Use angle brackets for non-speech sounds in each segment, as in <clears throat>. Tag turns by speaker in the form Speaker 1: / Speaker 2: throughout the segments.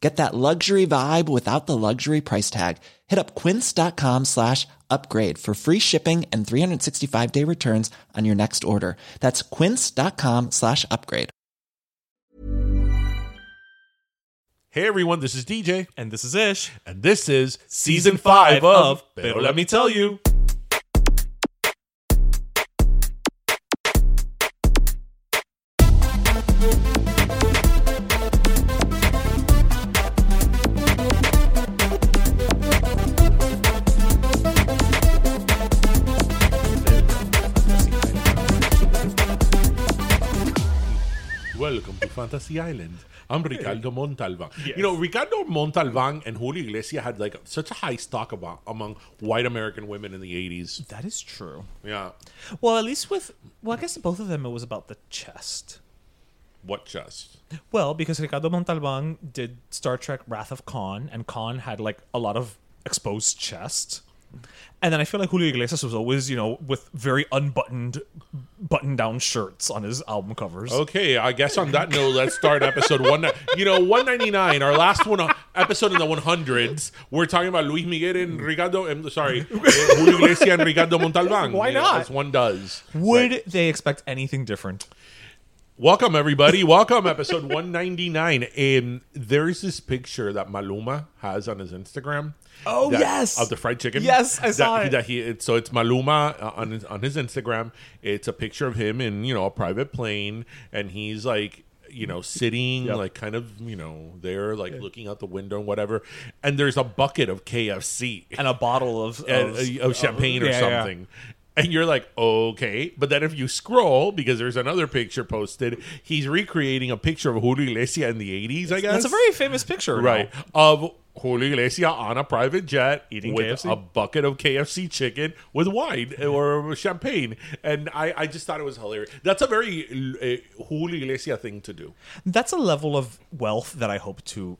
Speaker 1: Get that luxury vibe without the luxury price tag. Hit up quince.com slash upgrade for free shipping and 365 day returns on your next order. That's quince.com slash upgrade.
Speaker 2: Hey everyone, this is DJ,
Speaker 3: And this is Ish.
Speaker 2: and this is
Speaker 3: Season 5 of Better Let Me Tell You.
Speaker 2: Welcome to Fantasy Island. I'm Ricardo Montalban.
Speaker 3: Yes.
Speaker 2: You know, Ricardo Montalban and Julio Iglesias had like such a high stock about among white American women in the 80s.
Speaker 3: That is true.
Speaker 2: Yeah.
Speaker 3: Well, at least with, well, I guess both of them it was about the chest.
Speaker 2: What just?
Speaker 3: Well, because Ricardo Montalban did Star Trek Wrath of Khan, and Khan had like a lot of exposed chest. And then I feel like Julio Iglesias was always, you know, with very unbuttoned, button down shirts on his album covers.
Speaker 2: Okay, I guess on that note, let's start episode one. You know, 199, our last one, uh, episode in the 100s. We're talking about Luis Miguel and Ricardo, I'm
Speaker 3: <laughs>
Speaker 2: sorry, eh, Julio Iglesias and Ricardo Montalban.
Speaker 3: Why
Speaker 2: You know,
Speaker 3: not?
Speaker 2: As one does.
Speaker 3: Would they expect anything different?
Speaker 2: Welcome everybody. Welcome episode 199. Um there's this picture that Maluma has on his Instagram.
Speaker 3: Oh,
Speaker 2: that-
Speaker 3: yes.
Speaker 2: of the fried chicken.
Speaker 3: Yes, I
Speaker 2: that,
Speaker 3: saw it.
Speaker 2: That he it's so it's Maluma uh, on his, on his Instagram. It's a picture of him in, you know, a private plane and he's like you know, sitting like kind of, you know, there, like looking out the window and whatever. And there's a bucket of KFC
Speaker 3: And a bottle of,
Speaker 2: and, uh, of champagne or
Speaker 3: yeah, yeah.
Speaker 2: something. And you're like, okay. But then if you scroll, because there's another picture posted, he's recreating a picture of Julio Iglesias in the 80s, I guess.
Speaker 3: That's a very famous picture, now.
Speaker 2: Right. Of Julio Iglesias on a private jet
Speaker 3: Eating
Speaker 2: with
Speaker 3: KFC?
Speaker 2: a bucket of KFC chicken with wine or champagne. And I, I just thought it was hilarious. That's a very uh, Julio Iglesias thing to do.
Speaker 3: That's a level of wealth that I hope to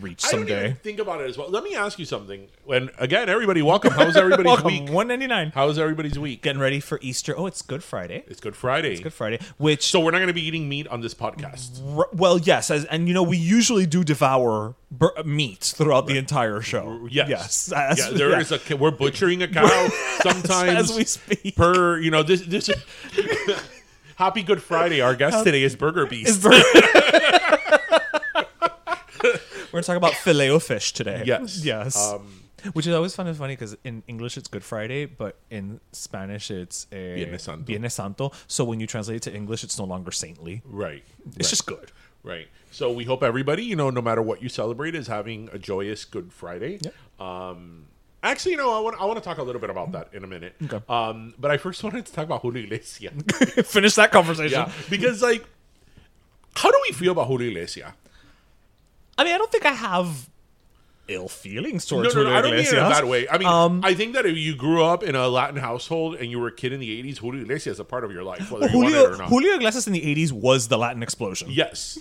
Speaker 3: reach
Speaker 2: I don't
Speaker 3: someday.
Speaker 2: even think about it as well. Let me ask you something. And again, everybody, welcome. <laughs> How's everybody's
Speaker 3: <laughs> Welcome,
Speaker 2: week?
Speaker 3: one ninety nine.
Speaker 2: How's everybody's week?
Speaker 3: Getting ready for Easter. Oh, it's Good Friday.
Speaker 2: It's Good Friday.
Speaker 3: It's Good Friday, which
Speaker 2: So we're not going to be eating meat on this podcast.
Speaker 3: R- Well, yes, as, and you know we usually do devour bur- meat throughout the entire show.
Speaker 2: Yes,
Speaker 3: as,
Speaker 2: yeah, there
Speaker 3: yeah.
Speaker 2: is a we're butchering a cow sometimes
Speaker 3: <laughs> as we speak.
Speaker 2: Per you know this this.
Speaker 3: <laughs>
Speaker 2: Happy Good Friday. Our guest today is Burger Beast.
Speaker 3: It's bur- <laughs> We're talking about filet o fish today.
Speaker 2: Yes. Um,
Speaker 3: yes, which is always fun and funny because in English it's Good Friday, but in Spanish it's a
Speaker 2: Viernes Santo.
Speaker 3: Viernes Santo. So when you translate it to English, it's no longer saintly.
Speaker 2: right.
Speaker 3: It's just good.
Speaker 2: Right. So we hope everybody, you know, no matter what you celebrate, is having a joyous Good Friday. Um, actually, you know, I want I want to talk a little bit about that in a minute. Okay. Um, but I first wanted to talk about Julio
Speaker 3: <laughs>
Speaker 2: Iglesias.
Speaker 3: <laughs> Finish that conversation.
Speaker 2: yeah, because like, how do we feel about Julio Iglesias?
Speaker 3: I mean, I don't think I have ill feelings
Speaker 2: No,
Speaker 3: towards
Speaker 2: no, no, I don't mean it in a
Speaker 3: Iglesias.
Speaker 2: bad way. I mean,
Speaker 3: Um,
Speaker 2: I think that if you grew up in a Latin household and you were a kid in the 80s, Julio Iglesias is a part of your life, whether you want it or
Speaker 3: Julio,
Speaker 2: not.
Speaker 3: Julio Iglesias in the 80s was the Latin explosion.
Speaker 2: Yes,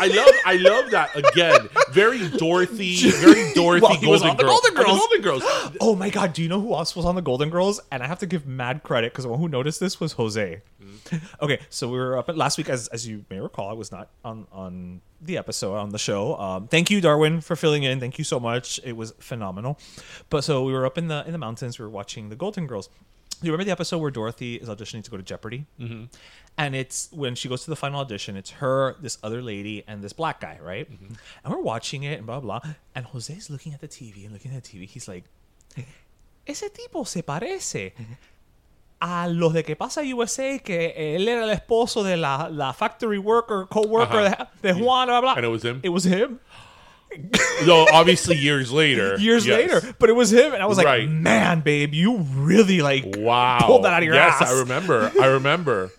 Speaker 2: I love I love that again. Very Dorothy,
Speaker 3: <laughs>
Speaker 2: very Dorothy.
Speaker 3: Well, he was on the Golden
Speaker 2: On the
Speaker 3: Girls.
Speaker 2: Golden Girls.
Speaker 3: <gasps> Oh my god, do you know who else was on the Golden Girls? And I have to give mad credit because the one who noticed this was Jose. Okay, so we were up at last week, as as you may recall, I was not on on the episode on the show. Um, thank you, Darwin, for filling in. Thank you so much. It was phenomenal. But so we were up in the in the mountains. We were watching the Golden Girls. Do you remember the episode where Dorothy is auditioning to go to Jeopardy? Mm-hmm. And it's when she goes to the final audition. It's her, this other lady, and this black guy, right? And we're watching it and blah blah. And Jose's looking at the TV and looking at the TV. He's like, "Ese tipo se parece." a los de que pasa USA que él era el esposo de la, la factory worker, co-worker de, de Juan, blah, blah.
Speaker 2: And it was him?
Speaker 3: It was him.
Speaker 2: Though obviously years later.
Speaker 3: <laughs> Years
Speaker 2: yes.
Speaker 3: later. But it was him. And I was like,
Speaker 2: Right.
Speaker 3: man, babe, you really like
Speaker 2: Wow.
Speaker 3: pulled that out of your
Speaker 2: yes,
Speaker 3: ass.
Speaker 2: I remember. I remember.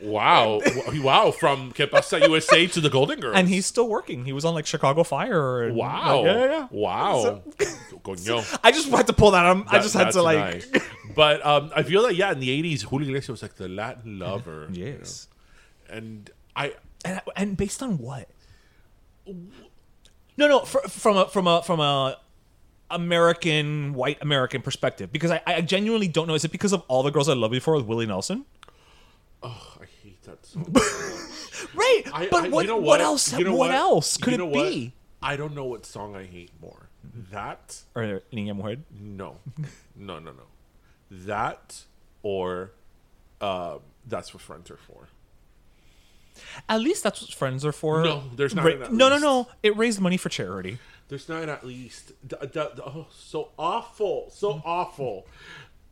Speaker 2: Wow. W- wow. From Que Pasa USA to the Golden Girls.
Speaker 3: And he's still working. He was on like Chicago Fire. And,
Speaker 2: Wow.
Speaker 3: like, yeah, yeah, yeah.
Speaker 2: Wow. Coño.
Speaker 3: I just had to pull that out. I
Speaker 2: That-
Speaker 3: just had
Speaker 2: that's
Speaker 3: to like.
Speaker 2: nice. But um, I feel like yeah, in the eighties, Julio Iglesias was like the
Speaker 3: <laughs>
Speaker 2: Latin lover. you know?
Speaker 3: Yes.
Speaker 2: and I
Speaker 3: and, and based on what? No, no, fr- from a from a from a American white American perspective, because I, I genuinely don't know. Is it because of all the girls I loved before with Willie Nelson?
Speaker 2: I hate that song.
Speaker 3: Right,
Speaker 2: I,
Speaker 3: but
Speaker 2: I-
Speaker 3: what,
Speaker 2: you know
Speaker 3: what else?
Speaker 2: You know
Speaker 3: what, else could
Speaker 2: You know
Speaker 3: it
Speaker 2: what?
Speaker 3: be?
Speaker 2: I don't know what song I hate more. That
Speaker 3: Or Niña Mujer?
Speaker 2: no, no, no, no. That or uh, that's what friends are for.
Speaker 3: At least that's what friends are for.
Speaker 2: No, there's not
Speaker 3: Ra-
Speaker 2: an at
Speaker 3: no, no,
Speaker 2: least.
Speaker 3: no. It raised money for charity.
Speaker 2: There's nine at least. D- d- d- oh, so awful.
Speaker 3: Mm.
Speaker 2: So awful.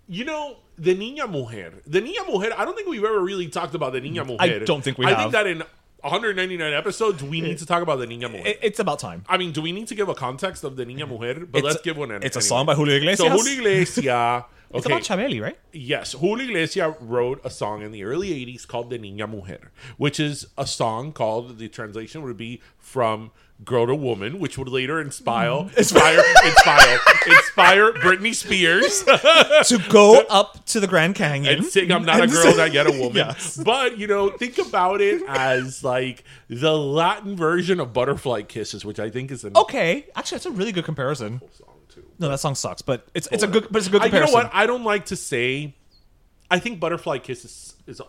Speaker 2: You know, the Niña Mujer. The Niña Mujer, I don't think we've ever really talked about the Niña Mujer.
Speaker 3: Mm, I don't think we
Speaker 2: I
Speaker 3: have.
Speaker 2: think that in 199 episodes, we need to talk about the Niña Mujer.
Speaker 3: It, it's about time.
Speaker 2: I mean, do we need to give a context of the Niña Mujer? But
Speaker 3: It's
Speaker 2: let's
Speaker 3: a-
Speaker 2: give one in.
Speaker 3: it's a song by Julio Iglesias.
Speaker 2: So Julio Iglesias. Okay.
Speaker 3: <laughs> It's about Chabeli, right?
Speaker 2: Yes, Julio Iglesias wrote a song in the early 80s called De Niña Mujer, which is a song called, the translation would be from Girl to Woman, which would later
Speaker 3: <laughs>
Speaker 2: inspire, inspire, inspire, inspire Britney
Speaker 3: <laughs>
Speaker 2: Spears
Speaker 3: to go up to the Grand Canyon
Speaker 2: and sing I'm Not a
Speaker 3: and
Speaker 2: Girl,
Speaker 3: sing-
Speaker 2: Not
Speaker 3: <laughs>
Speaker 2: Yet a Woman.
Speaker 3: Yes.
Speaker 2: But, you know, think about it as like the Latin version of Butterfly Kisses, which I think is an
Speaker 3: Okay, actually, that's a really good comparison.
Speaker 2: song too. Oh,
Speaker 3: No, that song sucks, but it's it's a good but it's a good
Speaker 2: I- you
Speaker 3: comparison.
Speaker 2: know what? I don't like to say. I think Butterfly Kiss is, is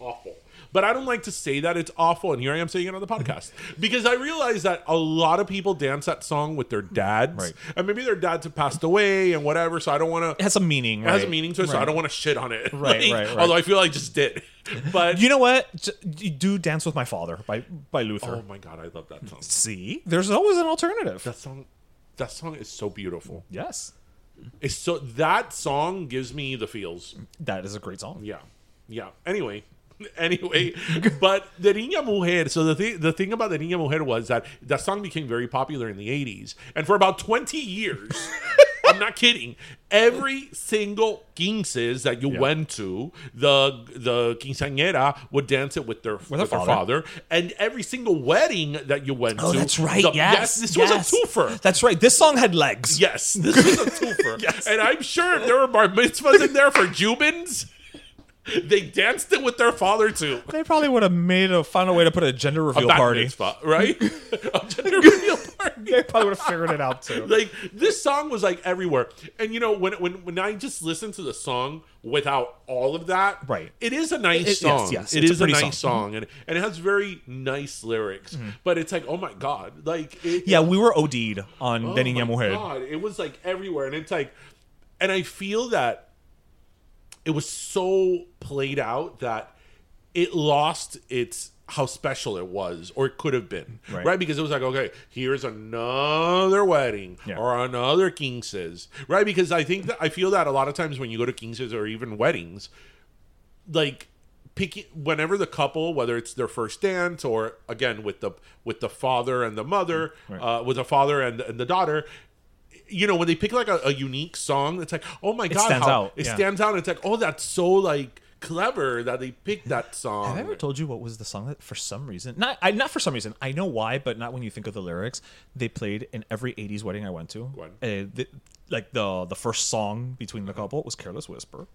Speaker 2: awful, but I don't like to say that it's awful. And here I am saying it on the
Speaker 3: <laughs>
Speaker 2: podcast because I realize that a lot of people dance that song with their dads,
Speaker 3: Right.
Speaker 2: and maybe their dads have passed away and whatever. So I don't want
Speaker 3: It
Speaker 2: to.
Speaker 3: has some meaning.
Speaker 2: It has a
Speaker 3: right?
Speaker 2: meaning to it, so I don't want to shit on it. <laughs>
Speaker 3: Right, right, right.
Speaker 2: Although I feel I just
Speaker 3: <laughs>
Speaker 2: did, but
Speaker 3: You know what? J- you Do "Dance with My Father" by by Luther.
Speaker 2: oh my god, I love that song.
Speaker 3: See, there's always an alternative.
Speaker 2: That song, that song is so beautiful.
Speaker 3: yes,
Speaker 2: It's so that song gives me the feels.
Speaker 3: that is a great song.
Speaker 2: Yeah, yeah. Anyway, <laughs> anyway, but the Niña Mujer. So the thing, the thing about the Niña Mujer was that that song became very popular in the '80s, and for about 20 years. <laughs> I'm not kidding. Every single quinces that you went to, the the quinceañera would dance it with their with, their
Speaker 3: father.
Speaker 2: father. and every single wedding that you went
Speaker 3: Oh,
Speaker 2: to.
Speaker 3: that's right.
Speaker 2: the-
Speaker 3: yes,
Speaker 2: this
Speaker 3: yes.
Speaker 2: was a twofer.
Speaker 3: That's right. This song had legs.
Speaker 2: Yes, this was a twofer. And I'm sure if there were bar mitzvahs in there for Jubins, they danced it with their father too.
Speaker 3: They probably would have made a found a way to put a gender reveal
Speaker 2: bat
Speaker 3: party.
Speaker 2: mitzvah, right? a gender reveal party.
Speaker 3: They probably would have figured it out
Speaker 2: <laughs>
Speaker 3: too.
Speaker 2: Like this song was like everywhere, and you know when when when I just listen to the song without all of that,
Speaker 3: Right.
Speaker 2: It is a nice
Speaker 3: It- yes,
Speaker 2: song.
Speaker 3: yes,
Speaker 2: it
Speaker 3: it's a
Speaker 2: is a,
Speaker 3: pretty
Speaker 2: nice
Speaker 3: song. Mm-hmm.
Speaker 2: song, and and it has very nice lyrics. But it's like, oh my god, like it,
Speaker 3: Yeah, we were OD'd on oh
Speaker 2: Oh
Speaker 3: Niña
Speaker 2: my
Speaker 3: Mujer.
Speaker 2: God, it was like everywhere, and it's like, and I feel that it was so played out that it lost its how special it was or it could have been
Speaker 3: Right.
Speaker 2: right, because it was like okay here's another wedding
Speaker 3: Yeah.
Speaker 2: or another kingses right because i think that i feel that a lot of times when you go to kingses or even weddings like picking whenever the couple whether it's their first dance or again with the with the father and the mother
Speaker 3: Mm,
Speaker 2: uh, with the father and, and the daughter you know when they pick like a, a unique song it's like oh my god
Speaker 3: stands
Speaker 2: how-
Speaker 3: out,
Speaker 2: it
Speaker 3: yeah.
Speaker 2: stands out it's like oh that's so like clever that they picked that song
Speaker 3: Have I ever told you what was the song that, for some reason, not I, not for some reason, I know why, but not when you think of the lyrics. They played in every '80s wedding I went to.
Speaker 2: on.
Speaker 3: Uh, the, like the the first song between the couple was "Careless Whisper."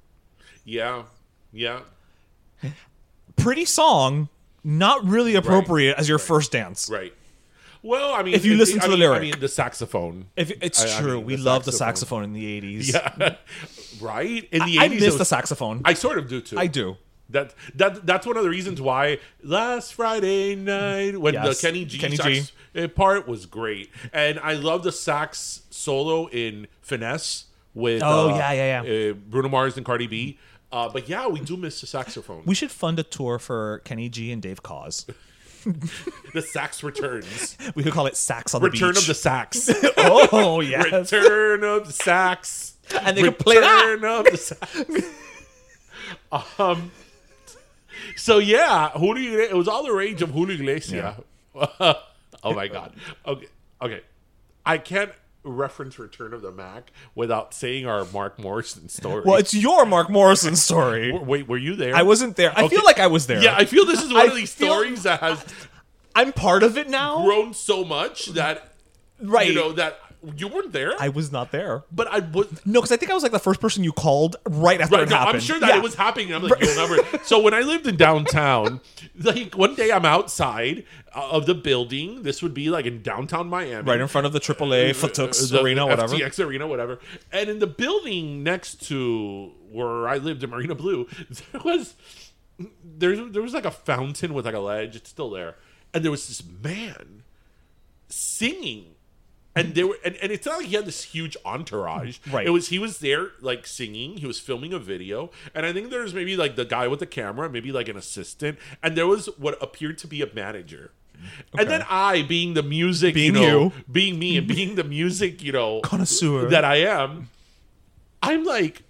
Speaker 2: yeah yeah
Speaker 3: Pretty song, not really appropriate as your first dance.
Speaker 2: right well i mean
Speaker 3: If you
Speaker 2: it-
Speaker 3: listen to
Speaker 2: I
Speaker 3: the
Speaker 2: mean-
Speaker 3: lyric.
Speaker 2: i mean the saxophone
Speaker 3: If it's
Speaker 2: I- I
Speaker 3: true,
Speaker 2: mean,
Speaker 3: we
Speaker 2: the
Speaker 3: love the
Speaker 2: saxophone.
Speaker 3: saxophone in the '80s.
Speaker 2: yeah right in the
Speaker 3: I
Speaker 2: <laughs> 80s it
Speaker 3: miss the
Speaker 2: was-
Speaker 3: saxophone.
Speaker 2: i sort of do too
Speaker 3: I do.
Speaker 2: That that that's one of the reasons why last Friday night when
Speaker 3: Yes.
Speaker 2: the Kenny G,
Speaker 3: Kenny
Speaker 2: sax uh part was great, and I love the sax solo in finesse with
Speaker 3: Oh,
Speaker 2: uh,
Speaker 3: yeah, yeah, yeah.
Speaker 2: uh, Bruno Mars and Cardi B. Uh, but yeah, we do miss the saxophone.
Speaker 3: We should fund a tour for Kenny G and Dave Cause.
Speaker 2: the sax returns.
Speaker 3: We could call it Sax on
Speaker 2: Return of
Speaker 3: the
Speaker 2: the
Speaker 3: <laughs> Beach.
Speaker 2: sax.
Speaker 3: Return of the Oh yes.
Speaker 2: Return of the sax.
Speaker 3: And they could play that.
Speaker 2: Return of the sax. <laughs> um. So yeah, Julio. Igle- It was all the rage of Julio <laughs> Iglesias. oh my god. Okay. Okay. I can't reference Return of the Mac without saying our Mark Morrison story.
Speaker 3: Well, it's your Mark Morrison story.
Speaker 2: W- Wait, were you there?
Speaker 3: I wasn't there. I feel
Speaker 2: Okay.
Speaker 3: like I was there.
Speaker 2: Yeah, I feel this is one
Speaker 3: I
Speaker 2: of these
Speaker 3: feel-
Speaker 2: stories that has
Speaker 3: I'm part of it now.
Speaker 2: grown so much that
Speaker 3: right.
Speaker 2: you know that you weren't there.
Speaker 3: I was not there.
Speaker 2: but I was
Speaker 3: No, because I think I was like the first person you called right after
Speaker 2: Right,
Speaker 3: it
Speaker 2: no,
Speaker 3: happened.
Speaker 2: I'm sure that
Speaker 3: Yeah.
Speaker 2: it was happening. and I'm like, you'll never. So when I lived in downtown, like one day I'm outside uh, of the building. This would be like in downtown Miami,
Speaker 3: <laughs> right in front of the AAA Fatux
Speaker 2: the
Speaker 3: Arena, whatever.
Speaker 2: FTX Arena, whatever. And in the building next to where I lived in Marina Blue, <laughs> there was there, there was like a fountain with like a ledge. It's still there, and there was this man singing. And they were, and, and it's not like he had this huge entourage.
Speaker 3: Right.
Speaker 2: It was he was there like singing. He was filming a video, and I think there's maybe like the guy with the camera, maybe like an assistant, and there was what appeared to be a manager. And then I, being the music,
Speaker 3: Being
Speaker 2: you, know,
Speaker 3: you.
Speaker 2: being me
Speaker 3: <laughs>
Speaker 2: and being the music, you know,
Speaker 3: Connoisseur.
Speaker 2: that I am, I'm like,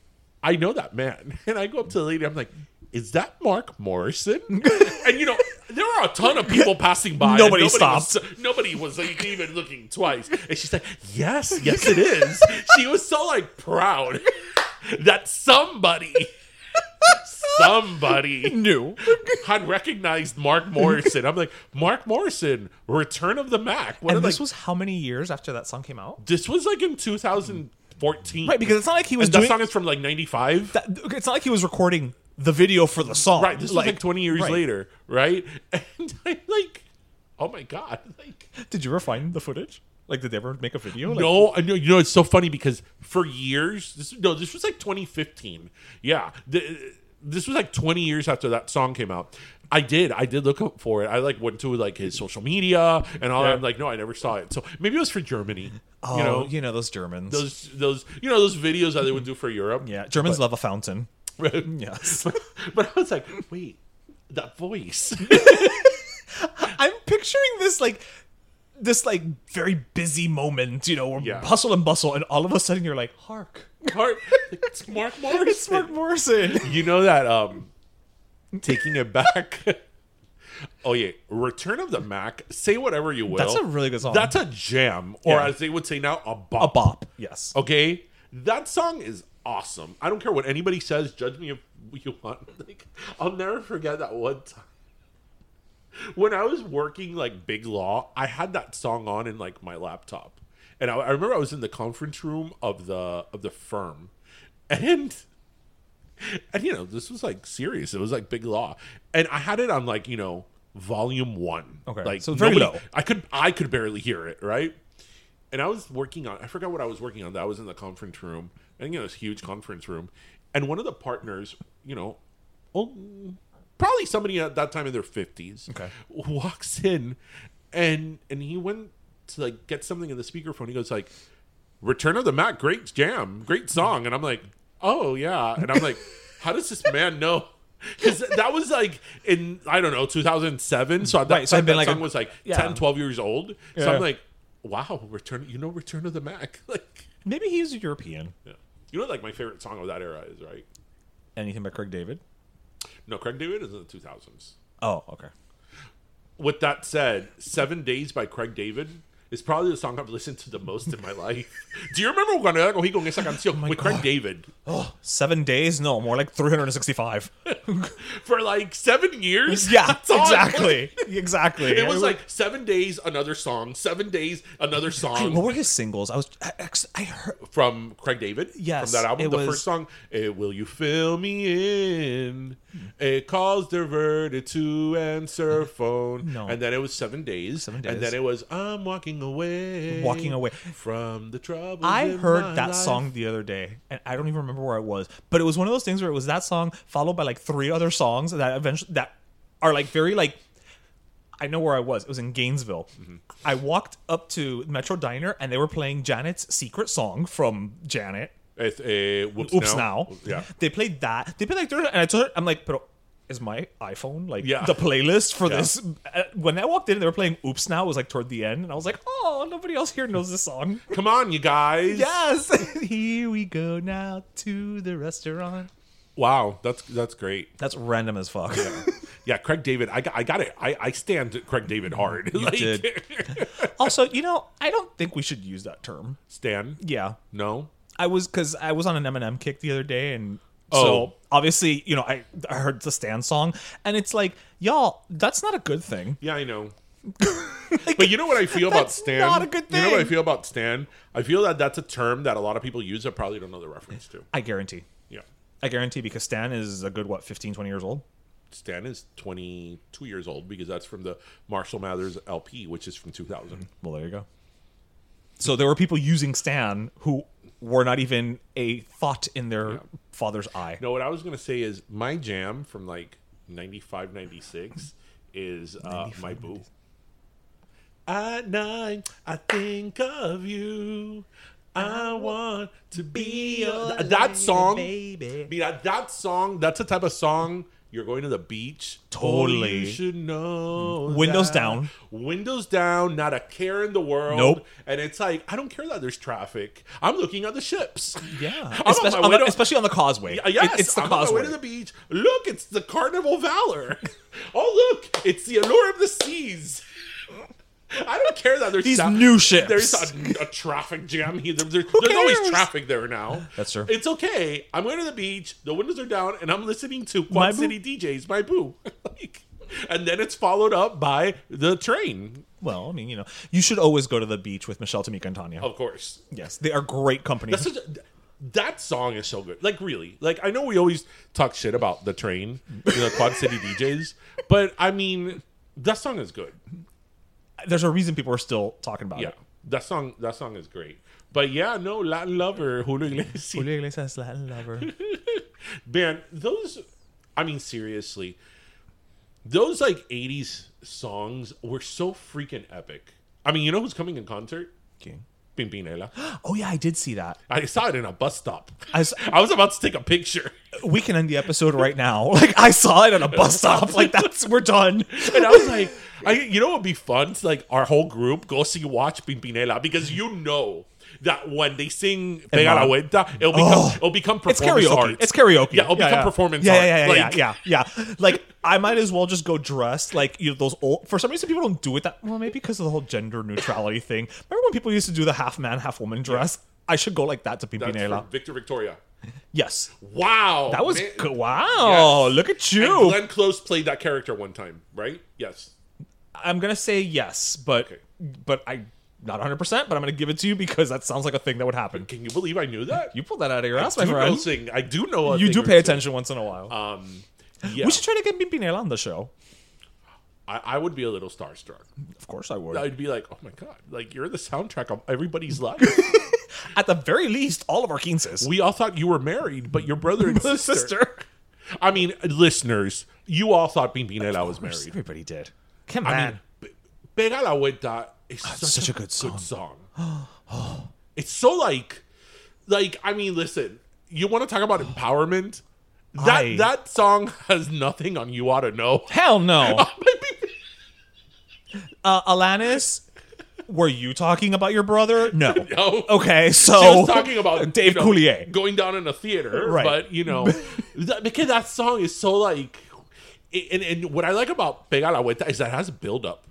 Speaker 2: I know that man. <laughs> And I go up to the lady, I'm like, is that Mark Morrison?
Speaker 3: <laughs>
Speaker 2: and you know, there were a ton of people passing by. and
Speaker 3: Nobody
Speaker 2: was-
Speaker 3: stopped.
Speaker 2: <laughs> nobody was like, even looking twice. And she's like,
Speaker 3: <laughs>
Speaker 2: yes, yes, it is. she was so like proud <laughs> that
Speaker 3: <laughs>
Speaker 2: somebody, somebody
Speaker 3: New.
Speaker 2: had recognized Mark Morrison. I'm like, Mark Morrison, Return of the Mac. What
Speaker 3: And
Speaker 2: are,
Speaker 3: this
Speaker 2: like,
Speaker 3: was how many years after that song came out?
Speaker 2: this was like in 2014.
Speaker 3: Right, because it's not like he was
Speaker 2: and that
Speaker 3: doing.
Speaker 2: song is from like 95.
Speaker 3: that, it's not like he was recording the video for the song.
Speaker 2: right, this was like 20 years
Speaker 3: right.
Speaker 2: later, right? <laughs> And I'm like, oh my God. <laughs> Like,
Speaker 3: Did you ever find the footage? Like, did they ever make a video? Like,
Speaker 2: no, I know. You know, it's so funny because for years, this no, this was like 2015. Yeah, the, this was like 20 years after that song came out. I did, I did look up for it. I like went to like his social media and all. that. I'm like, no, I never saw it. So maybe it was for Germany.
Speaker 3: Oh,
Speaker 2: you know,
Speaker 3: you know those Germans.
Speaker 2: those those you know those videos that they would do for Europe.
Speaker 3: yeah, Germans love
Speaker 2: <laughs>
Speaker 3: a fountain. Yes.
Speaker 2: but I was like, wait, that <laughs> voice.
Speaker 3: I'm picturing this like this like very busy moment, you know, where
Speaker 2: Yeah.
Speaker 3: hustle and bustle, and all of a sudden you're like, hark,
Speaker 2: Mark, <laughs> it's Mark Morrison.
Speaker 3: it's Mark Morrison.
Speaker 2: You know that um taking it back. <laughs> oh yeah, Return of the Mac. Say whatever you will.
Speaker 3: That's a really good song.
Speaker 2: That's a jam, or
Speaker 3: Yeah.
Speaker 2: as they would say now, a bop.
Speaker 3: a bop, yes.
Speaker 2: Okay, that song is awesome. I don't care what anybody says. Judge me if you want. <laughs> Like, I'll never forget that one time. When I was working like Big Law, I had that song on in like my laptop, and I, I remember I was in the conference room of the of the firm, and and you know this was like serious. It was like Big Law, and I had it on like you know volume one.
Speaker 3: Okay,
Speaker 2: like
Speaker 3: so very
Speaker 2: nobody-
Speaker 3: low.
Speaker 2: I could I could barely hear it. Right and I was working on I forgot what I was working on. That I was in the conference room. I think it was a huge conference room. And one of the partners, you know, oh, probably somebody at that time in their fifties,
Speaker 3: Okay.
Speaker 2: walks in and and he went to like get something in the speakerphone. He goes like, Return of the Mac, great jam, great song. And I'm like, oh yeah. And
Speaker 3: <laughs>
Speaker 2: I'm like, how does this man know? Because that was like in I don't know 2007. So at that
Speaker 3: Right, so
Speaker 2: time,
Speaker 3: I've been
Speaker 2: that
Speaker 3: like a-
Speaker 2: song was like
Speaker 3: yeah.
Speaker 2: 10, 12 years old. So
Speaker 3: Yeah.
Speaker 2: I'm like, wow, Return. You know, Return of the Mac. <laughs> Like,
Speaker 3: Maybe he's European.
Speaker 2: yeah. you know, like my favorite song of that era is right.
Speaker 3: Anything by Craig David?
Speaker 2: No, Craig David is in the 2000s.
Speaker 3: Oh, okay.
Speaker 2: With that said, Seven Days by Craig David is probably the song I've listened to the most in my life. <laughs> Do you remember cuando era cogido con esa canción with Craig David?
Speaker 3: Oh, Seven days? No, more like 365.
Speaker 2: <laughs> for like seven years.
Speaker 3: yeah,
Speaker 2: That's all it was.
Speaker 3: exactly. Exactly.
Speaker 2: It was like seven days, another song. Seven days, another song
Speaker 3: what were his singles? I was, I, I heard,
Speaker 2: from Craig David.
Speaker 3: Yes,
Speaker 2: from that album,
Speaker 3: it
Speaker 2: the
Speaker 3: was-
Speaker 2: first song, eh, "Will You Fill Me In?" It calls diverted to answer phone.
Speaker 3: No.
Speaker 2: and then it was seven days.
Speaker 3: Seven
Speaker 2: and
Speaker 3: Days.
Speaker 2: then it was "I'm Walking walking away,
Speaker 3: Walking away.
Speaker 2: from the trouble.
Speaker 3: I heard that song the other day, and I don't even remember where I was, but it was one of those things where it was that song followed by like three other songs that eventually that are like very like. I know where I was. It was in Gainesville.
Speaker 2: Mm-hmm.
Speaker 3: I walked up to Metro Diner, and they were playing Janet's secret song from Janet.
Speaker 2: It's a whoops,
Speaker 3: Oops now.
Speaker 2: Yeah.
Speaker 3: They played that. They played like and I told her I'm like, but is my iPhone like
Speaker 2: Yeah.
Speaker 3: the playlist for
Speaker 2: Yeah.
Speaker 3: this? Uh, When I walked in, they were playing Oops Now. It was like toward the end, and I was like, oh, nobody else here knows this song.
Speaker 2: Come on, you guys. <laughs>
Speaker 3: Yes. here we go now to the restaurant.
Speaker 2: Wow, that's that's great.
Speaker 3: That's random as fuck.
Speaker 2: Yeah, Craig David. I got I got it. I, I stand Craig David hard. <laughs> You
Speaker 3: did. <laughs>
Speaker 2: <laughs>
Speaker 3: also, you know, I don't think we should use that term.
Speaker 2: Stan.
Speaker 3: Yeah.
Speaker 2: No.
Speaker 3: I was because I was on an Eminem kick the other day, and
Speaker 2: Oh.
Speaker 3: so obviously, you know, I, I heard the Stan song, and it's like, y'all, that's not a good thing.
Speaker 2: Yeah, I know. <laughs> but you know what I feel about
Speaker 3: that's
Speaker 2: Stan?
Speaker 3: not a good
Speaker 2: You know what I
Speaker 3: thing.
Speaker 2: feel about Stan? I feel that that's a term that a lot of people use that probably don't know the reference to.
Speaker 3: I guarantee.
Speaker 2: Yeah.
Speaker 3: I guarantee because Stan is a good what 15, 20 years old.
Speaker 2: Stan is 22 years old because that's from the Marshall Mathers LP, which is from 2000.
Speaker 3: Well, there you go. So there were people using Stan who were not even a thought in their father's eye.
Speaker 2: No, what I was going to say is my jam from like 95, 96 is uh, my boo. At night, I think of you. I want to be your that song. Baby. That, that song, that's the type of song you're going to the beach.
Speaker 3: Totally. Mm.
Speaker 2: Oh, you should know.
Speaker 3: Windows
Speaker 2: that.
Speaker 3: down.
Speaker 2: Windows down, not a care in the world.
Speaker 3: Nope.
Speaker 2: And it's like, I don't care that there's traffic. I'm looking at the ships. <laughs> I'm
Speaker 3: Yeah,
Speaker 2: on
Speaker 3: especially
Speaker 2: my
Speaker 3: on,
Speaker 2: way
Speaker 3: the,
Speaker 2: to-
Speaker 3: especially on the causeway.
Speaker 2: uh, yes,
Speaker 3: It- it's the
Speaker 2: I'm on my
Speaker 3: causeway.
Speaker 2: way to the beach. Look, it's the Carnival Valor. <laughs> oh, look, it's the Allure of the Seas. <laughs> I don't care that there's
Speaker 3: These
Speaker 2: sa-
Speaker 3: new ships.
Speaker 2: There's a, a traffic jam here. There- there- there's always
Speaker 3: cares?
Speaker 2: traffic there now.
Speaker 3: That's true.
Speaker 2: It's okay. I'm going to the beach. The windows are down, and I'm listening to Quad
Speaker 3: My boo.
Speaker 2: City DJs. My boo. <laughs> like, and then it's followed up by the train.
Speaker 3: well, I mean, you know, you should always go to the beach with Michelle Tamika and Tanya.
Speaker 2: Of course.
Speaker 3: Yes, they are great company.
Speaker 2: Oh. That's such a, that song is so good. Like really. Like I know we always talk shit about the train, you know, Quad City DJs, <laughs> but I mean that song is good.
Speaker 3: There's a reason people are still talking about
Speaker 2: Yeah.
Speaker 3: it.
Speaker 2: That song that song is great. But yeah, no Latin lover <laughs> Julio Iglesias.
Speaker 3: Julio Iglesias, Latin lover. <laughs>
Speaker 2: Man, those I mean seriously. Those like 80s songs were so freaking epic. I mean, you know who's coming in concert?
Speaker 3: King.
Speaker 2: Pimpinela. <gasps>
Speaker 3: Oh yeah, I did see that.
Speaker 2: I saw it in a bus stop.
Speaker 3: I s-
Speaker 2: <laughs> I was about to take a picture.
Speaker 3: We can end the episode right now. <laughs> Like I saw it at a bus stop. Like that's we're done.
Speaker 2: And I was
Speaker 3: <laughs>
Speaker 2: like, I, you know what would be fun? It's like our whole group go see watch Pimpinela because you know that when they sing Pega la
Speaker 3: Mom.
Speaker 2: Vuelta, it'll become,
Speaker 3: Oh.
Speaker 2: it'll become
Speaker 3: It's
Speaker 2: performance
Speaker 3: karaoke.
Speaker 2: art.
Speaker 3: It's karaoke.
Speaker 2: Yeah, it'll become
Speaker 3: yeah.
Speaker 2: performance
Speaker 3: yeah,
Speaker 2: art.
Speaker 3: Yeah, yeah,
Speaker 2: Like-
Speaker 3: yeah, yeah, yeah. Like I might as well just go dressed like you know, those old. For some reason, people don't do it that. Well, maybe because of the whole gender neutrality thing. Remember when people used to do the half man, half woman dress? I should go like that to
Speaker 2: That's
Speaker 3: Pimpinela.
Speaker 2: from Victor Victoria.
Speaker 3: Yes,
Speaker 2: Wow.
Speaker 3: that was
Speaker 2: man.
Speaker 3: good. wow.
Speaker 2: Yes.
Speaker 3: Look at
Speaker 2: And
Speaker 3: you.
Speaker 2: Glenn Close played that character one time, right? Yes.
Speaker 3: I'm gonna say yes, but
Speaker 2: Okay.
Speaker 3: but I not 100, percent but I'm gonna give it to you because that sounds like a thing that would happen.
Speaker 2: Can you believe I knew
Speaker 3: <laughs>
Speaker 2: that?
Speaker 3: You pulled that out of your ass,
Speaker 2: I
Speaker 3: my
Speaker 2: do know
Speaker 3: friend.
Speaker 2: sing. I do know. a
Speaker 3: You
Speaker 2: thing
Speaker 3: do
Speaker 2: or
Speaker 3: pay
Speaker 2: two.
Speaker 3: attention once in a while.
Speaker 2: Um, yeah,
Speaker 3: We should try to get Pimpinela on the show.
Speaker 2: I, I would be a little starstruck.
Speaker 3: Of course, I would.
Speaker 2: I'd be like, "Oh my god! Like you're the soundtrack of everybody's life."
Speaker 3: <laughs> At the very least, all of our quinces. <laughs>
Speaker 2: We all thought you were married, but your brother and
Speaker 3: Brother and
Speaker 2: sister.
Speaker 3: <laughs> sister.
Speaker 2: I mean, listeners, you all thought Pimpinela was married.
Speaker 3: Everybody did. Come
Speaker 2: I mean, P- Pega la Vuelta is such,
Speaker 3: such
Speaker 2: a,
Speaker 3: a good
Speaker 2: good song. it's so like, like I mean, listen, you want to talk about empowerment? That
Speaker 3: I-
Speaker 2: that song has nothing on you ought to know. <laughs>
Speaker 3: Hell no. <laughs> uh, Alanis, were you talking about your brother? No.
Speaker 2: <laughs> No.
Speaker 3: Okay, so
Speaker 2: She was talking about
Speaker 3: <laughs> Dave
Speaker 2: you know,
Speaker 3: Coulier.
Speaker 2: going down in a theater,
Speaker 3: Right.
Speaker 2: But you
Speaker 3: <laughs>
Speaker 2: know, that, because that song is so like, and, and what I like about Pega la Vuelta is that it has build up.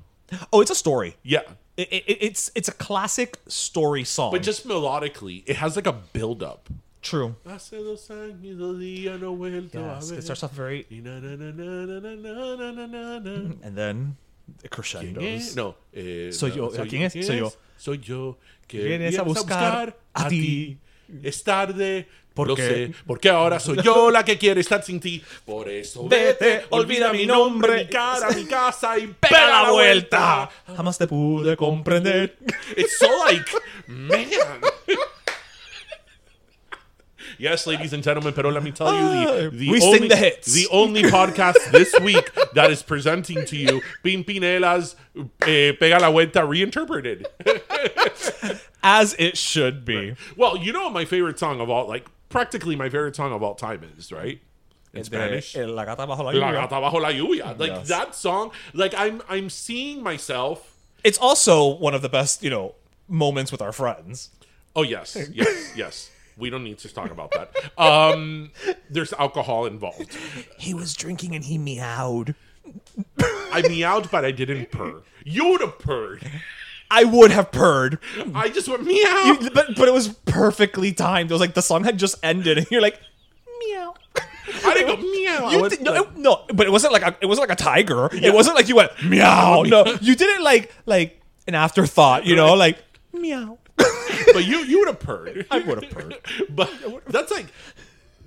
Speaker 3: Oh, it's a story.
Speaker 2: Yeah,
Speaker 3: I- I- it's it's a classic story song.
Speaker 2: but just melodically, it has like a build up.
Speaker 3: true.
Speaker 2: Hace dos años, dos días, no vuelto a
Speaker 3: Yes,
Speaker 2: ver.
Speaker 3: it starts off very
Speaker 2: Y na, na, na, na, na, na, na, na, na, na.
Speaker 3: and then it
Speaker 2: Eh,
Speaker 3: crescendos.
Speaker 2: No, eh,
Speaker 3: Soy
Speaker 2: no,
Speaker 3: yo. ¿Quién es? Soy yo.
Speaker 2: Soy yo. que
Speaker 3: Vienes a
Speaker 2: vienes
Speaker 3: buscar a ti.
Speaker 2: Es tarde.
Speaker 3: ¿Por
Speaker 2: lo
Speaker 3: qué?
Speaker 2: sé, porque ahora soy yo la que quiere estar sin ti. Por eso vete, olvida mi nombre, mi cara, mi casa y pega la vuelta.
Speaker 3: Jamás te pude comprender.
Speaker 2: It's so like, man. Yes, ladies and gentlemen, pero let me tell you the, the
Speaker 3: Ah, We
Speaker 2: only,
Speaker 3: sing the hits.
Speaker 2: the only podcast this week that is presenting to you Pimpinela's eh, Pega la Vuelta reinterpreted.
Speaker 3: As it should be.
Speaker 2: Well, you know what my favorite song of all, like practically my favorite song of all time is, right? In Spanish.
Speaker 3: De- eh, la gata bajo la
Speaker 2: La
Speaker 3: lluvia.
Speaker 2: gata bajo la lluvia. Like
Speaker 3: Yes.
Speaker 2: that song, like I'm I'm seeing myself.
Speaker 3: It's also one of the best, you know, moments with our friends.
Speaker 2: Oh yes, yes, yes. We don't need to talk about that. Um there's alcohol involved.
Speaker 3: He was drinking and he meowed.
Speaker 2: I meowed but I didn't purr. You would have purred.
Speaker 3: I would have purred,
Speaker 2: I just went meow.
Speaker 3: You- but but it was perfectly timed. It was like the song had just ended, and you're like, meow.
Speaker 2: I didn't go meow. I
Speaker 3: You
Speaker 2: went,
Speaker 3: did, no,
Speaker 2: like,
Speaker 3: it- no, but it wasn't like a, it wasn't like a tiger. It wasn't like you went meow. No, you did it like like an afterthought. You know, like <laughs> meow.
Speaker 2: but you you would have purred.
Speaker 3: <laughs> I would have purred.
Speaker 2: but that's like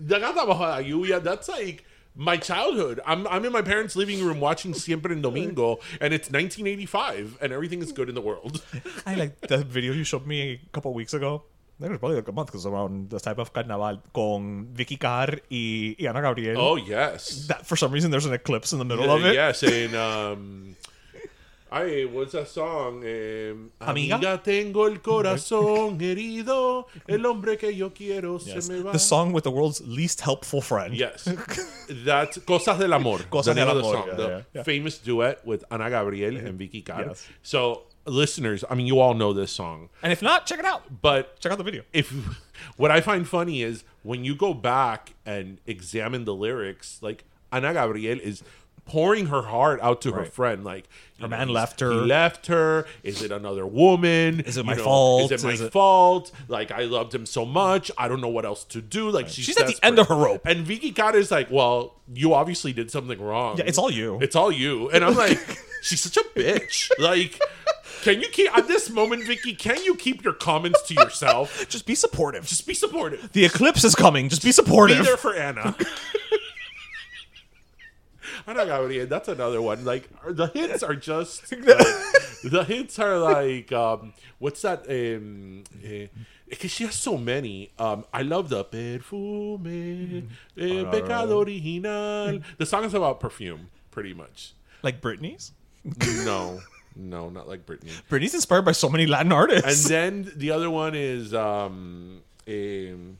Speaker 2: La Gata Bajo la Lluvia. That's like my childhood. I'm I'm in my parents' living room watching Siempre en Domingo, and it's 1985, and everything is good in the
Speaker 3: <laughs>
Speaker 2: world.
Speaker 3: I like the video you showed me a couple weeks ago. That was probably like a month because around the time of Carnaval con Vicky Carr y, y Ana Gabriel.
Speaker 2: Oh yes,
Speaker 3: That for some reason there's an eclipse in the middle of
Speaker 2: Uh,
Speaker 3: it.
Speaker 2: Yes, and um. I what's that song? Um,
Speaker 3: Amiga?
Speaker 2: tengo el corazón herido, el hombre que yo quiero
Speaker 3: Yes.
Speaker 2: se me va.
Speaker 3: The song with the world's least helpful friend.
Speaker 2: Yes. That's Cosas del Amor.
Speaker 3: Cosas
Speaker 2: the
Speaker 3: del
Speaker 2: name of the
Speaker 3: Amor,
Speaker 2: song,
Speaker 3: yeah,
Speaker 2: the
Speaker 3: yeah, yeah.
Speaker 2: famous duet with Ana Gabriel and Vicky Carr.
Speaker 3: Yes.
Speaker 2: So, listeners, I mean, you all know this song,
Speaker 3: And if not, check it out.
Speaker 2: but
Speaker 3: Check out the video.
Speaker 2: if what I find funny is when you go back and examine the lyrics, like Ana Gabriel is pouring her heart out to her
Speaker 3: Right.
Speaker 2: friend, like
Speaker 3: Her man left her.
Speaker 2: He left her. Is it another woman?
Speaker 3: Is it my fault?
Speaker 2: Is it my
Speaker 3: Is it-
Speaker 2: fault? Like I loved him so much, I don't know what else to do. Like she's,
Speaker 3: She's at the
Speaker 2: desperate.
Speaker 3: end of her rope.
Speaker 2: And Vicky Kata is like, well, you obviously did something wrong.
Speaker 3: Yeah, it's all you.
Speaker 2: It's all you. And I'm
Speaker 3: <laughs>
Speaker 2: like, she's such a bitch. Like. Can you keep at this moment, Vicky? Can you keep your comments to yourself?
Speaker 3: Just be supportive. Just
Speaker 2: just be supportive.
Speaker 3: the eclipse is coming. Just be
Speaker 2: Be
Speaker 3: supportive.
Speaker 2: there for Anna. <laughs> Ana Gabriel, that's another one. Like the hits are just <laughs> like, the hits are like um, what's that? Um, because she has so many. Um, I love the perfume, eh, pecado original. The song is about perfume, pretty much.
Speaker 3: like Britney's.
Speaker 2: No, no, not like Britney.
Speaker 3: Britney's inspired by so many Latin
Speaker 2: And
Speaker 3: artists.
Speaker 2: then the other one is um um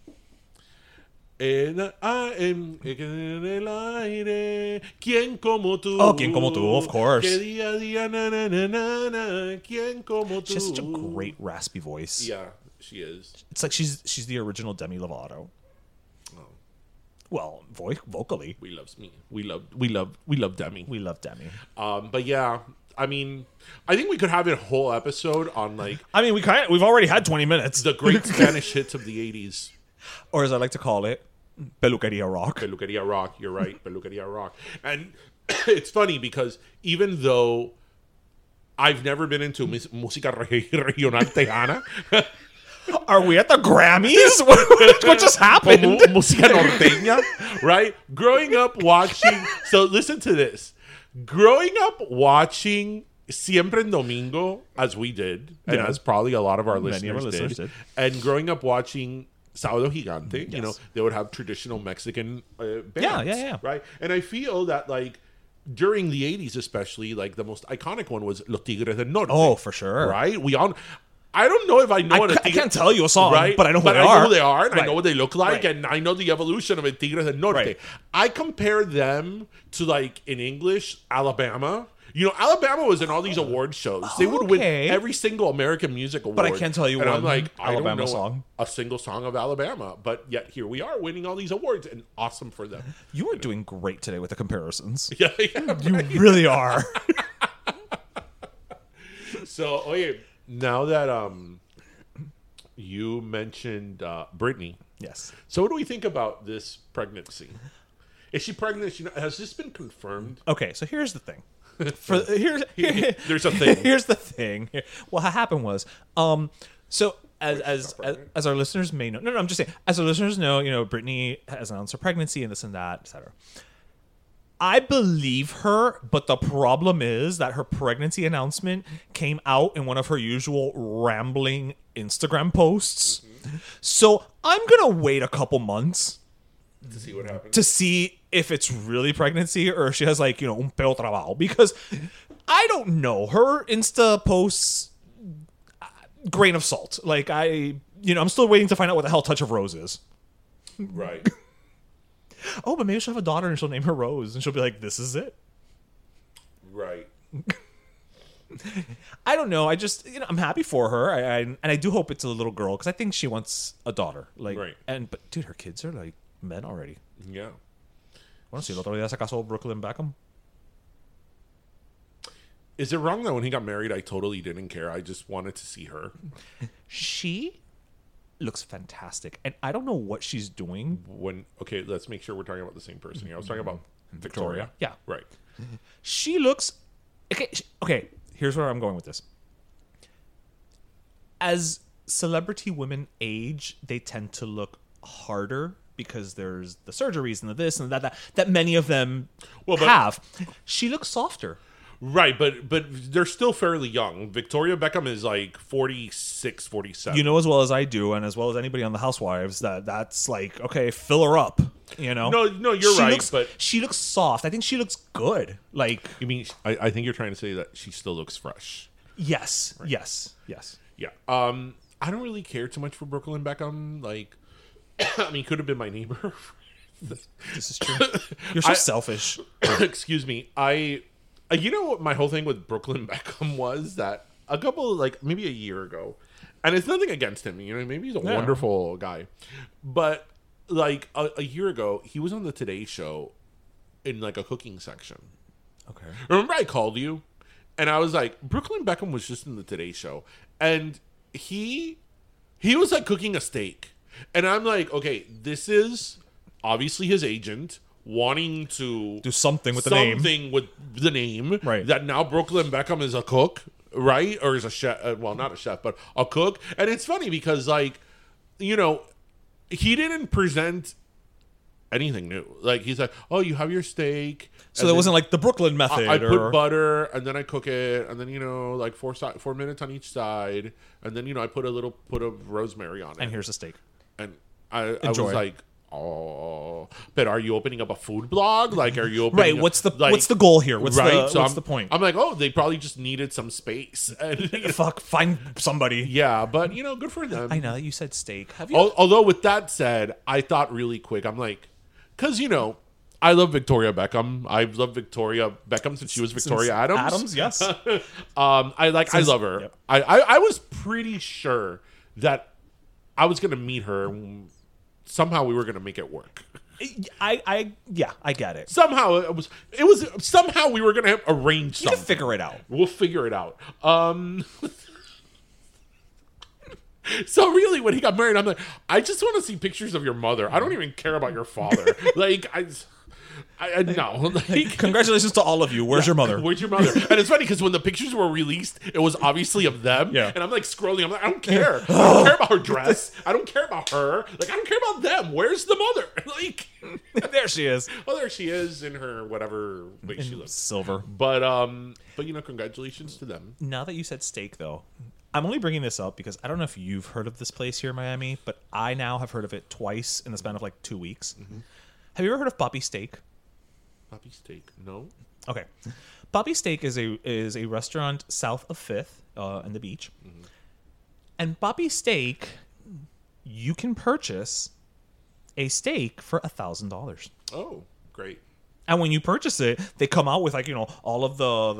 Speaker 2: en, ah, en, en el aire, ¿quién como tú?
Speaker 3: Oh, ¿quién como tú? Of course.
Speaker 2: Que día a día, na, na, na, na, na, ¿quién como tú?
Speaker 3: she has such a great raspy voice.
Speaker 2: Yeah, she is.
Speaker 3: It's like she's she's the original Demi Lovato.
Speaker 2: Oh.
Speaker 3: Well, vo- vocally,
Speaker 2: We loves me. We love. We love. We love Demi.
Speaker 3: we love Demi.
Speaker 2: Um, but yeah, I mean, I think we could have a whole episode on like
Speaker 3: I mean, we kind of, we've already had twenty minutes,
Speaker 2: the
Speaker 3: <laughs>
Speaker 2: great Spanish hits of the '80s.
Speaker 3: or as I like to call it, peluqueria rock.
Speaker 2: Peluqueria Rock. You're right, Peluqueria Rock. And <coughs> it's funny because even though I've never been into mus- música re- regional tejana,
Speaker 3: <laughs> Are we at the Grammys? <laughs> what, what just
Speaker 2: o mu-
Speaker 3: happened?
Speaker 2: música norteña, right? Growing up watching, so listen to this. Growing up watching Siempre en Domingo, as we did, and
Speaker 3: Yeah.
Speaker 2: as probably a lot of our
Speaker 3: Many
Speaker 2: listeners,
Speaker 3: of our listeners
Speaker 2: did,
Speaker 3: did.
Speaker 2: and growing up watching Sábado Gigante, you
Speaker 3: Yes.
Speaker 2: know, they would have traditional Mexican uh, bands.
Speaker 3: Yeah, yeah, yeah.
Speaker 2: Right? And I feel that, like, during the 80s, especially, like, the most iconic one was Los Tigres del Norte.
Speaker 3: Oh, for sure.
Speaker 2: Right? We all. I don't know if I know
Speaker 3: I
Speaker 2: what a
Speaker 3: ca- I
Speaker 2: Tigre-
Speaker 3: can't tell you a song, but I know who they
Speaker 2: know
Speaker 3: are.
Speaker 2: who they are, and I
Speaker 3: Right.
Speaker 2: know what they look like,
Speaker 3: Right.
Speaker 2: and I know the evolution of a Tigres del Norte.
Speaker 3: Right.
Speaker 2: I compare them to like in English, Alabama. You know, Alabama was in all these award shows. They would win
Speaker 3: Oh. Okay.
Speaker 2: every single American Music Award.
Speaker 3: I can't tell you
Speaker 2: and I'm
Speaker 3: one
Speaker 2: like, I don't
Speaker 3: Alabama
Speaker 2: know
Speaker 3: song.
Speaker 2: a single song of Alabama, but yet here we are winning all these awards, and awesome for them.
Speaker 3: <laughs>
Speaker 2: <laughs>
Speaker 3: You are doing great today with the comparisons.
Speaker 2: Yeah, yeah.
Speaker 3: You really are.
Speaker 2: So, okay, now that um, you mentioned uh, Britney.
Speaker 3: <laughs> yes.
Speaker 2: So, what do we think about this pregnancy? Is she pregnant? Is she not- has this been confirmed?
Speaker 3: Okay, so here's
Speaker 2: <laughs>
Speaker 3: the thing. For here's here- <laughs>
Speaker 2: There's a thing.
Speaker 3: Here's the thing. What happened was, um, so as as, as as our listeners may know, no, no, I'm just saying, as our listeners know, you know, Brittany has announced her pregnancy and this and that, etc. I believe her, but the problem is that her pregnancy announcement came out in one of her usual rambling Instagram posts.
Speaker 2: Mm-hmm.
Speaker 3: So I'm gonna wait a couple months
Speaker 2: to see what happens.
Speaker 3: to see if it's really pregnancy or if she has like you know un peo trabajo because I don't know her Insta posts. uh, Grain of salt. Like I, you know, I'm still waiting to find out what the hell Touch of Rose is.
Speaker 2: <laughs> Right.
Speaker 3: Oh, but maybe she'll have a daughter and she'll name her Rose, and she'll be like, "This is it."
Speaker 2: Right.
Speaker 3: I don't know. I just, you know, I'm happy for her, I, I and I do hope it's a little girl because I think she wants a daughter. Like,
Speaker 2: Right.
Speaker 3: and but dude, her kids are like men already.
Speaker 2: Yeah.
Speaker 3: Want to see el otro día se casó Brooklyn Beckham?
Speaker 2: Is it wrong that when he got married, I totally didn't care? I just wanted to see her.
Speaker 3: She looks fantastic, and I don't know what she's doing,
Speaker 2: When okay, let's make sure we're talking about the same person here. I was talking about Victoria.
Speaker 3: Mm-hmm. Yeah.
Speaker 2: Right.
Speaker 3: she looks okay sh- okay here's where i'm going with this as celebrity women age they tend to look harder because there's the surgeries and the this and that that, that many of them
Speaker 2: Well, but-
Speaker 3: have she looks softer
Speaker 2: Right, but but they're still fairly young. Victoria Beckham is like 46, 47.
Speaker 3: you know as well as i do and as well as anybody on the housewives that that's like okay fill her up you know
Speaker 2: No, no, you're
Speaker 3: She
Speaker 2: right,
Speaker 3: looks-
Speaker 2: but-
Speaker 3: she looks soft i think she looks good like
Speaker 2: You mean I, I think you're trying to say that she still looks fresh.
Speaker 3: yes yes yes
Speaker 2: Yeah. Um I don't really care too much for Brooklyn Beckham. Like <coughs> I mean could have been my neighbor. <laughs>
Speaker 3: this is true you're so selfish
Speaker 2: <coughs> Excuse me. I uh, you know what my whole thing with Brooklyn <laughs> Beckham was that a couple like maybe a year ago, and it's nothing against him, you know, maybe he's a
Speaker 3: Yeah.
Speaker 2: wonderful guy. But like a, a year ago, he was on the Today show in like a cooking section.
Speaker 3: okay
Speaker 2: Remember, I called you, and I was like, Brooklyn Beckham was just in the Today Show, and he he was like cooking a steak, and I'm like, okay, this is obviously his agent wanting to
Speaker 3: Do something with the name.
Speaker 2: something with the name,
Speaker 3: Right.
Speaker 2: That now Brooklyn Beckham is a cook, right, or is a chef? Uh, well, not a chef, but a cook, and it's funny because like, you know, he didn't present. Anything new? Like he's like, oh, you have your steak.
Speaker 3: So
Speaker 2: and
Speaker 3: there
Speaker 2: then-
Speaker 3: wasn't like the Brooklyn method.
Speaker 2: I, I
Speaker 3: or,
Speaker 2: put butter and then I cook it and then you know like four si- four minutes on each side and then you know I put a little put of rosemary on it
Speaker 3: and here's a steak.
Speaker 2: and I, I was
Speaker 3: Enjoy.
Speaker 2: like oh but are you opening up a food blog like are you opening
Speaker 3: Right. What's the what's the goal here? What's the what's
Speaker 2: I'm,
Speaker 3: the point? <laughs>
Speaker 2: I'm like oh they probably just needed some space <laughs> and
Speaker 3: Fuck. Find somebody.
Speaker 2: yeah Oh, but you know good for
Speaker 3: <laughs>
Speaker 2: them
Speaker 3: I know that you said steak. Have you?
Speaker 2: Al- Although, with that said, I thought really quick. I'm like, because you know, I love Victoria Beckham. I've loved Victoria Beckham since she was Victoria Adams.
Speaker 3: Adams,
Speaker 2: <laughs>
Speaker 3: yes.
Speaker 2: um, I like.
Speaker 3: Since-
Speaker 2: I love her.
Speaker 3: yep.
Speaker 2: I, I I was pretty sure that I was gonna meet her. Somehow we were gonna make it work.
Speaker 3: I, I yeah. I get it.
Speaker 2: Somehow it was. It was somehow we were gonna arrange
Speaker 3: You can
Speaker 2: something.
Speaker 3: figure it out.
Speaker 2: We'll figure it out. Um <laughs> So really when he got married, I'm like, I just want to see pictures of your mother. I don't even care about your
Speaker 3: <laughs>
Speaker 2: father. like I I, I no. Like
Speaker 3: Congratulations to all of you. Where's your <laughs> mother?
Speaker 2: <laughs> Where's your mother? And it's funny because when the pictures were released, it was obviously of them.
Speaker 3: Yeah.
Speaker 2: And I'm like scrolling. I'm like, I don't care. I don't
Speaker 3: <laughs>
Speaker 2: care about her dress. I don't care about her. Like, I don't care about them. Where's the mother? <laughs> Like,
Speaker 3: there she is.
Speaker 2: oh, there she is in her whatever way she looks.
Speaker 3: Silver.
Speaker 2: But um, but you know, congratulations to them.
Speaker 3: Now that you said steak, though, I'm only bringing this up because I don't know if you've heard of this place here in Miami, but I now have heard of it twice in the span of like two weeks. Have you ever heard of Poppy Steak?
Speaker 2: Poppy steak. No.
Speaker 3: Okay, Bobby Steak is a is a restaurant south of Fifth uh, and the beach, and Bobby Steak, you can purchase a steak for a thousand dollars.
Speaker 2: Oh, great.
Speaker 3: And when you purchase it, they come out with like you know all of the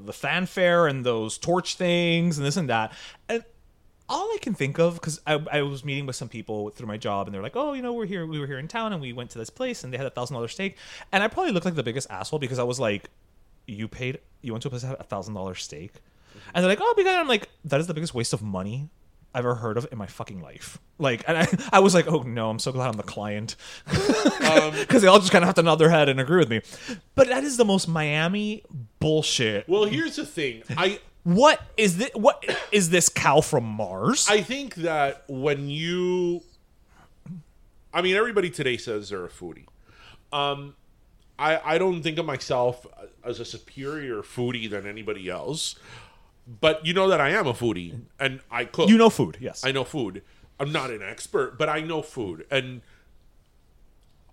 Speaker 3: the the fanfare and those torch things and this and that. And all I can think of because I, I was meeting with some people through my job and they're like, oh, you know, we're here, we were here in town and we went to this place and they had a thousand dollar steak. And I probably looked like the biggest asshole because I was like, you paid, you went to a place that had a thousand dollar steak,
Speaker 2: Mm-hmm.
Speaker 3: and they're like, oh, because I'm like, that is the biggest waste of money. I've ever heard of in my fucking life. Like, and I, I was like, oh no, I'm so glad I'm the client.
Speaker 2: Um,
Speaker 3: <laughs> Because they all just kind of have to nod their head and agree with me. But that is the most Miami bullshit.
Speaker 2: Well, here's the thing. I
Speaker 3: What is this? What is this cow from Mars?
Speaker 2: I think that when you, I mean, everybody today says they're a foodie. Um, I I don't think of myself as a superior foodie than anybody else, but you know that I am a foodie and I cook.
Speaker 3: you know food, yes.
Speaker 2: I know food. I'm not an expert, but I know food. And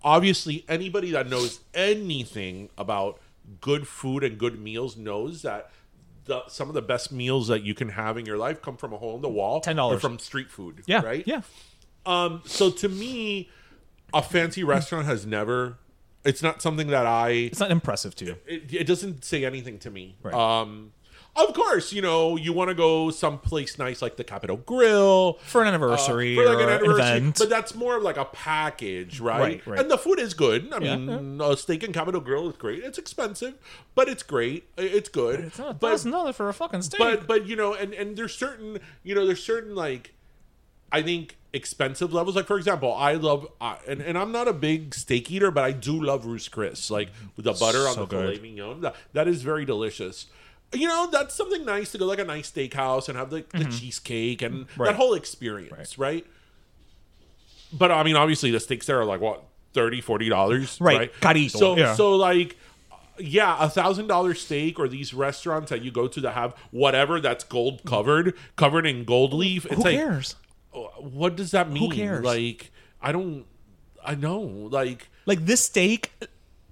Speaker 2: obviously, anybody that knows anything about good food and good meals knows that the, some of the best meals that you can have in your life come from a hole in the wall
Speaker 3: $10.
Speaker 2: or from street food.
Speaker 3: yeah,
Speaker 2: Right?
Speaker 3: yeah.
Speaker 2: Um, so to me, a fancy restaurant has never, it's not something that I
Speaker 3: It's not impressive to you.
Speaker 2: it, it doesn't say anything to me.
Speaker 3: Right.
Speaker 2: Um, of course, you know you want to go someplace nice like the Capitol Grill
Speaker 3: For an anniversary
Speaker 2: uh, for, like,
Speaker 3: or
Speaker 2: an anniversary,
Speaker 3: event.
Speaker 2: but that's more of like a package, right?
Speaker 3: Right, right.
Speaker 2: And the food is good. I
Speaker 3: Yeah.
Speaker 2: mean, a steak and Capitol Grill is great. It's expensive, but it's great. I- It's good.
Speaker 3: It's not a
Speaker 2: but
Speaker 3: Oh, thousand dollars for a fucking steak.
Speaker 2: but but you know, and and there's certain you know there's certain like I think expensive levels. Like for example, I love I, and and I'm not a big steak eater, but I do love roast Chris, like with the butter on
Speaker 3: So
Speaker 2: the filet
Speaker 3: good.
Speaker 2: mignon. That, that is very delicious. You know, that's something nice to go like a nice steakhouse and have like the cheesecake and
Speaker 3: Mm-hmm. Right.
Speaker 2: that whole experience, right. But I mean, obviously the steaks there are like what 30 40 dollars,
Speaker 3: Right, carito,
Speaker 2: So
Speaker 3: yeah.
Speaker 2: so like yeah, a thousand dollar steak or these restaurants that you go to that have whatever that's gold covered, covered in gold leaf. It's
Speaker 3: who
Speaker 2: like, uh,
Speaker 3: cares?
Speaker 2: what does that mean?
Speaker 3: cares?
Speaker 2: Like, I don't, I know. Like,
Speaker 3: Like this steak,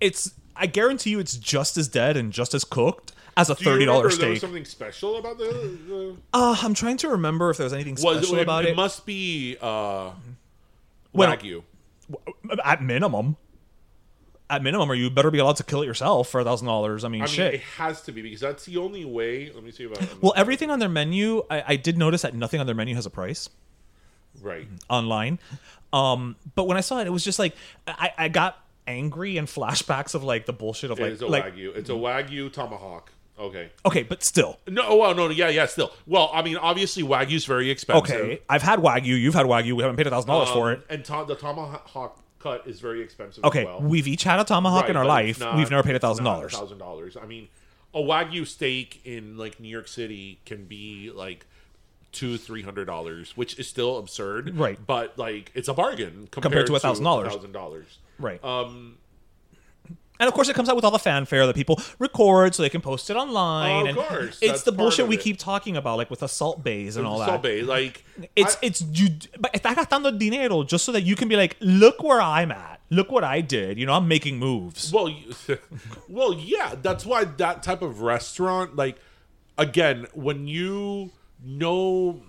Speaker 3: it's I guarantee you, it's just as dead and just as cooked as a
Speaker 2: do you
Speaker 3: thirty
Speaker 2: remember
Speaker 3: dollar
Speaker 2: there was
Speaker 3: steak.
Speaker 2: something special about the. <laughs> the
Speaker 3: Uh, I'm trying to remember if there was anything
Speaker 2: was
Speaker 3: special
Speaker 2: it,
Speaker 3: about
Speaker 2: it,
Speaker 3: it.
Speaker 2: must be uh,
Speaker 3: Well-
Speaker 2: wagyu.
Speaker 3: At minimum, at minimum, or you better be allowed to kill it yourself for a thousand dollars. I mean,
Speaker 2: I mean,
Speaker 3: shit.
Speaker 2: it has to be because that's the only way. Let me see if I.
Speaker 3: well, everything on their menu, I, I did notice that nothing on their menu has a price.
Speaker 2: right.
Speaker 3: online. Um, but when I saw it, it was just like I, I got angry and flashbacks of like the bullshit of like
Speaker 2: it's a
Speaker 3: like
Speaker 2: wagyu. It's a wagyu tomahawk. Okay.
Speaker 3: okay, but still
Speaker 2: No. Oh, well, no. Yeah. Yeah. Still. Well, I mean, obviously, wagyu's very expensive.
Speaker 3: okay. I've had wagyu, you've had wagyu, we haven't paid a thousand dollars for it.
Speaker 2: Um, And to- the tomahawk cut is very expensive.
Speaker 3: Okay,
Speaker 2: as well.
Speaker 3: we've each had a tomahawk
Speaker 2: Right,
Speaker 3: in our
Speaker 2: but it's
Speaker 3: life.
Speaker 2: not-
Speaker 3: we've never paid a
Speaker 2: it's not
Speaker 3: thousand dollars.
Speaker 2: Thousand dollars. I mean, a wagyu steak in like New York City can be like two, three hundred dollars, which is still absurd,
Speaker 3: Right.
Speaker 2: But like, it's a bargain compared,
Speaker 3: to $1,000.
Speaker 2: Thousand dollars.
Speaker 3: Right.
Speaker 2: Um,
Speaker 3: And of course, it comes out with all the fanfare that people record so they can post it online.
Speaker 2: Oh, Of
Speaker 3: and
Speaker 2: course,
Speaker 3: it's
Speaker 2: that's
Speaker 3: the
Speaker 2: part
Speaker 3: bullshit
Speaker 2: of
Speaker 3: we
Speaker 2: it.
Speaker 3: keep talking about, like with assault bays and all that.
Speaker 2: Sobe, like
Speaker 3: It's
Speaker 2: I-
Speaker 3: it's you, but está gastando dinero just so that you can be like, look where I'm at, look what I did. You know, I'm making moves.
Speaker 2: Well, you- <laughs> well, yeah. That's why that type of restaurant, like, again, when you know,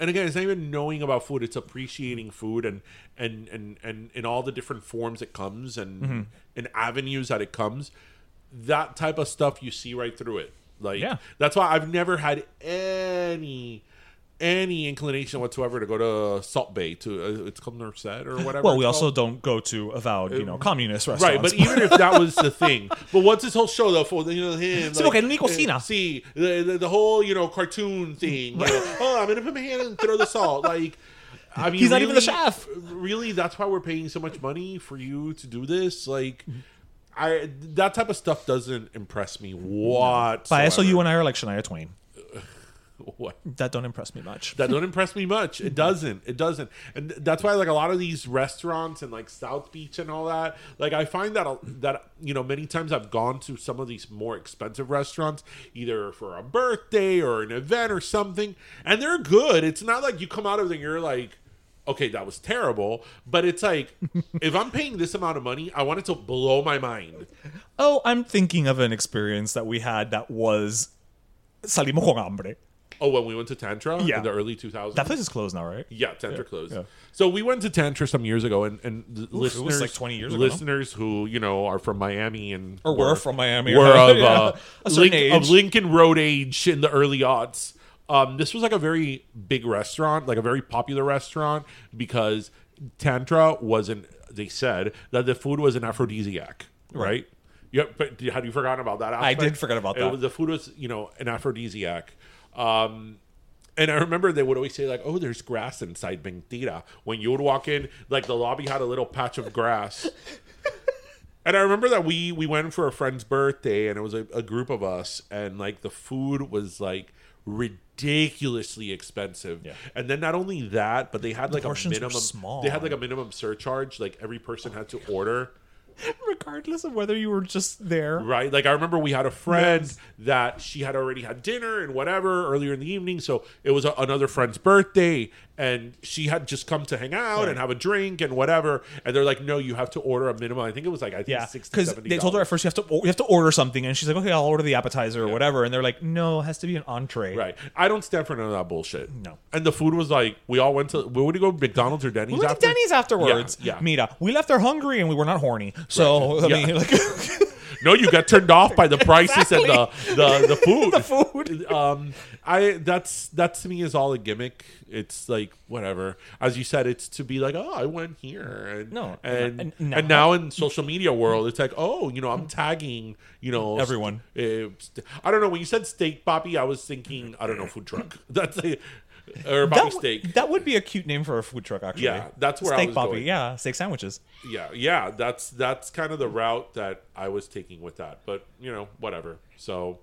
Speaker 2: and again, it's not even knowing about food; it's appreciating food and and and and in all the different forms it comes and
Speaker 3: Mm-hmm.
Speaker 2: and avenues that it comes. That type of stuff you see right through it. Like,
Speaker 3: Yeah.
Speaker 2: that's why I've never had any. Any inclination whatsoever to go to Salt Bay to uh, it's called Nurset or whatever.
Speaker 3: Well, we
Speaker 2: it's
Speaker 3: also
Speaker 2: called.
Speaker 3: don't go to avowed, you know, communist restaurants.
Speaker 2: Uh, Right, but
Speaker 3: <laughs>
Speaker 2: even if that was the thing, but what's this whole show though for? You know, him.
Speaker 3: Sí, porque no hay cocina.
Speaker 2: eh, See the, the the whole you know cartoon thing. You
Speaker 3: <laughs>
Speaker 2: know, oh, I'm gonna put my hand and throw the salt. Like, I mean,
Speaker 3: He's not
Speaker 2: really,
Speaker 3: even the chef.
Speaker 2: Really, that's why we're paying so much money for you to do this. Like, I that type of stuff doesn't impress me. What?
Speaker 3: by SOU and I are like Shania Twain.
Speaker 2: <laughs> what?
Speaker 3: That don't impress me much.
Speaker 2: that don't impress me much. It doesn't. It doesn't. And th- that's why like a lot of these restaurants and like South Beach and all that, like I find that a- that you know many times I've gone to some of these more expensive restaurants either for a birthday or an event or something, and they're good. It's not like you come out of there and you're like okay, that was terrible, but it's like if I'm paying this amount of money, I want it to blow my mind.
Speaker 3: Oh, I'm thinking of an experience that we had that was salimos con hambre.
Speaker 2: Oh, when we went to Tantra
Speaker 3: Yeah.
Speaker 2: in the early 2000s.
Speaker 3: That place is closed now, right?
Speaker 2: Yeah, Tantra closed.
Speaker 3: yeah.
Speaker 2: So we went to Tantra some years ago, and and the
Speaker 3: it
Speaker 2: listeners,
Speaker 3: was like 20 years ago, no?
Speaker 2: listeners who you know are from Miami and
Speaker 3: Or were from Miami or
Speaker 2: were of
Speaker 3: something, <laughs> yeah.
Speaker 2: uh,
Speaker 3: A certain
Speaker 2: Link,
Speaker 3: age.
Speaker 2: of Lincoln Road age in the early aughts. Um, this was like a very big restaurant, like a very popular restaurant, because Tantra wasn't. They said that the food was an aphrodisiac, right? Yeah, but had you forgotten about that?
Speaker 3: I
Speaker 2: aspect?
Speaker 3: did forget about
Speaker 2: It
Speaker 3: that.
Speaker 2: was- the food was, you know, an aphrodisiac. Um, and I remember they would always say like, "Oh, there's grass inside Mentira." When you would walk in, like the lobby had a little patch of grass. and I remember that we we went for a friend's birthday, and it was a, a group of us, and like the food was like ridiculously expensive.
Speaker 3: Yeah.
Speaker 2: And then not only that, but they had like a
Speaker 3: portions were
Speaker 2: minimum
Speaker 3: small.
Speaker 2: they had like a minimum surcharge like every person had to order
Speaker 3: regardless of whether you were just there.
Speaker 2: right? Like I remember we had a friend that she had already had dinner and whatever earlier in the evening, so it was a, another friend's birthday, and she had just come to hang out and have a drink and whatever, and they're like, "No, you have to order a minimum." I think it was like I think
Speaker 3: Yeah,
Speaker 2: sixty,
Speaker 3: because
Speaker 2: seventy.
Speaker 3: they told her at first you have to or- you have to order something, and she's like, okay, I'll order the appetizer or whatever, and they're like, no, it has to be an entree.
Speaker 2: Right, I don't stand for none of that bullshit.
Speaker 3: No.
Speaker 2: and the food was like we all went to. Where would we go? McDonald's or Denny's?
Speaker 3: We went to
Speaker 2: after?
Speaker 3: Denny's afterwards.
Speaker 2: Yeah, yeah.
Speaker 3: Mira, we left there hungry and we were not horny. So I
Speaker 2: Yeah. <laughs>
Speaker 3: mean, like,
Speaker 2: No, you got turned off by
Speaker 3: <laughs>
Speaker 2: the prices and the the, the food.
Speaker 3: The food.
Speaker 2: <laughs> Um, I that's that to me is all a gimmick. It's like whatever. As you said, it's to be like, oh, I went here. And,
Speaker 3: No,
Speaker 2: and
Speaker 3: and-
Speaker 2: and,
Speaker 3: and
Speaker 2: now
Speaker 3: now-
Speaker 2: in social media world, it's like, oh, you know, I'm tagging, you know,
Speaker 3: Everyone.
Speaker 2: st- uh, st- I don't know. When you said steak, Bobby, I was thinking, I don't know, food truck. <laughs> That's a, or
Speaker 3: that,
Speaker 2: Bobby
Speaker 3: would-
Speaker 2: steak.
Speaker 3: that would be a cute name for a food truck, actually.
Speaker 2: Yeah, that's where I
Speaker 3: steak
Speaker 2: was
Speaker 3: Bobby.
Speaker 2: going.
Speaker 3: Yeah, steak sandwiches.
Speaker 2: yeah yeah that's that's kind of the route that i was taking with that but you know whatever so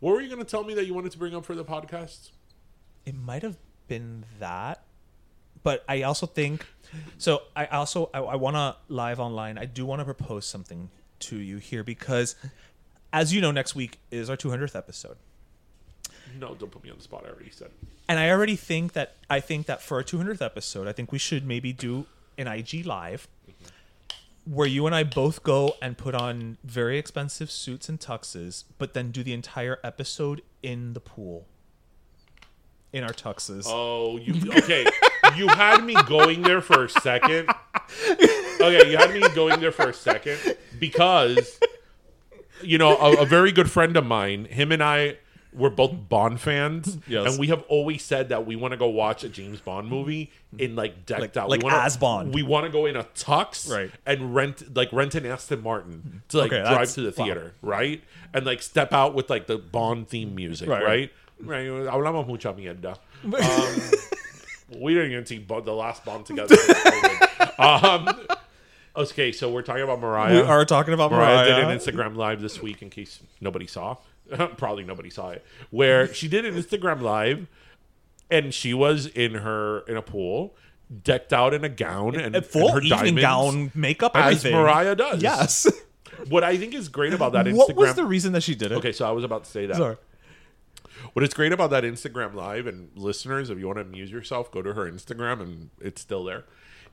Speaker 2: what were you going to tell me that you wanted to bring up for the podcast
Speaker 3: It might have been that, but I also think so. I also I, I want to live online. I do want to propose something to you here because, as you know, next week is our 200th episode.
Speaker 2: no don't put me on the spot i already said it.
Speaker 3: and I already think that I think that for our 200th episode, I think we should maybe do an IG live where you and I both go and put on very expensive suits and tuxes, but then do the entire episode in the pool in our tuxes. <laughs>
Speaker 2: oh you okay you had me going there for a second okay you had me going there for a second because you know a, a very good friend of mine him and i we're both Bond fans,
Speaker 3: Yes.
Speaker 2: and we have always said that we want to go watch a James Bond movie in like decked
Speaker 3: Like-
Speaker 2: out,
Speaker 3: like
Speaker 2: we wanna,
Speaker 3: as Bond.
Speaker 2: We want to go in a tux,
Speaker 3: Right.
Speaker 2: And rent like rent an Aston Martin to like
Speaker 3: Okay,
Speaker 2: drive
Speaker 3: that's-
Speaker 2: to the
Speaker 3: wow.
Speaker 2: theater, right? And like step out with like the Bond theme music,
Speaker 3: Right,
Speaker 2: right?
Speaker 3: right.
Speaker 2: Right. Hablamos mucha mierda. Um, we didn't even see Bo- the last Bond
Speaker 3: <laughs>
Speaker 2: together. um, okay, so we're talking about Mariah.
Speaker 3: we are talking about
Speaker 2: Mariah, did
Speaker 3: Mariah.
Speaker 2: an Instagram live this week, in case nobody saw. <laughs> Probably nobody saw it. Where she did an Instagram live, and she was in her in a pool, decked out in a gown and
Speaker 3: a full
Speaker 2: and her
Speaker 3: evening
Speaker 2: diamonds,
Speaker 3: gown, makeup,
Speaker 2: as
Speaker 3: everything.
Speaker 2: Mariah does. <laughs>
Speaker 3: Yes.
Speaker 2: What I think is great about that Instagram.
Speaker 3: what was the reason that she did it?
Speaker 2: okay, so I was about to say that.
Speaker 3: Sorry.
Speaker 2: What is great about that Instagram live and listeners, if you want to amuse yourself, go to her Instagram and it's still there.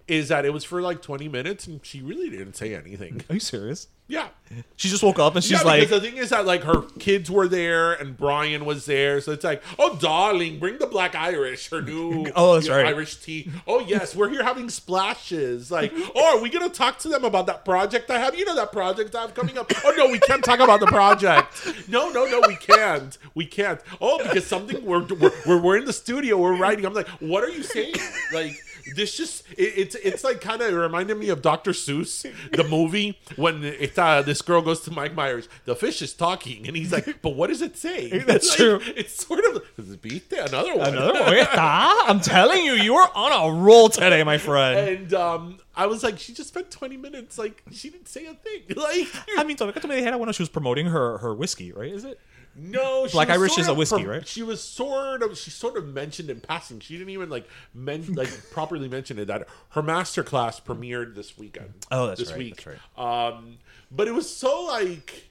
Speaker 2: Is that it was for like 20 minutes and she really didn't say
Speaker 3: <laughs>
Speaker 2: anything.
Speaker 3: Are you serious?
Speaker 2: Yeah.
Speaker 3: She just woke up and
Speaker 2: yeah,
Speaker 3: she's like,
Speaker 2: because the thing is that like her kids were there and Brian was there, so it's like, oh darling, bring the black Irish, her new
Speaker 3: <laughs> Oh, that's
Speaker 2: you know,
Speaker 3: right.
Speaker 2: Irish tea. Oh yes, we're here having splashes. Like, oh, are we gonna talk to them about that project I have? You know that project I have coming up. Oh no, we can't talk about the project. No, no, no, we can't. We can't. Oh, because something we're we're we're, we're in the studio, we're writing. I'm like, what are you saying? Like. This just it, it's it's like kind of reminded me of Dr. Seuss the movie when it's, uh, this girl goes to Mike Myers the fish is talking and he's like but what does it say
Speaker 3: <laughs> That's
Speaker 2: Like,
Speaker 3: true.
Speaker 2: it's sort of beat another one
Speaker 3: another one. <laughs> Oye, ta? I'm telling you, you are on a roll today, my friend.
Speaker 2: and um, I was like, she just spent 20 minutes. Like, she didn't say a thing. <laughs> Like,
Speaker 3: I mean, Tomeca Tomei had it when she was promoting her her whiskey, right? Is it?
Speaker 2: no, she
Speaker 3: Black
Speaker 2: was
Speaker 3: Irish
Speaker 2: sort
Speaker 3: is a
Speaker 2: of
Speaker 3: whiskey,
Speaker 2: per-
Speaker 3: right?
Speaker 2: She was sort of, she sort of mentioned in passing. She didn't even like
Speaker 3: <laughs>
Speaker 2: men like properly mention it that her master class premiered this weekend.
Speaker 3: Oh, that's
Speaker 2: this
Speaker 3: right,
Speaker 2: week.
Speaker 3: that's
Speaker 2: right. Um, but it was so like,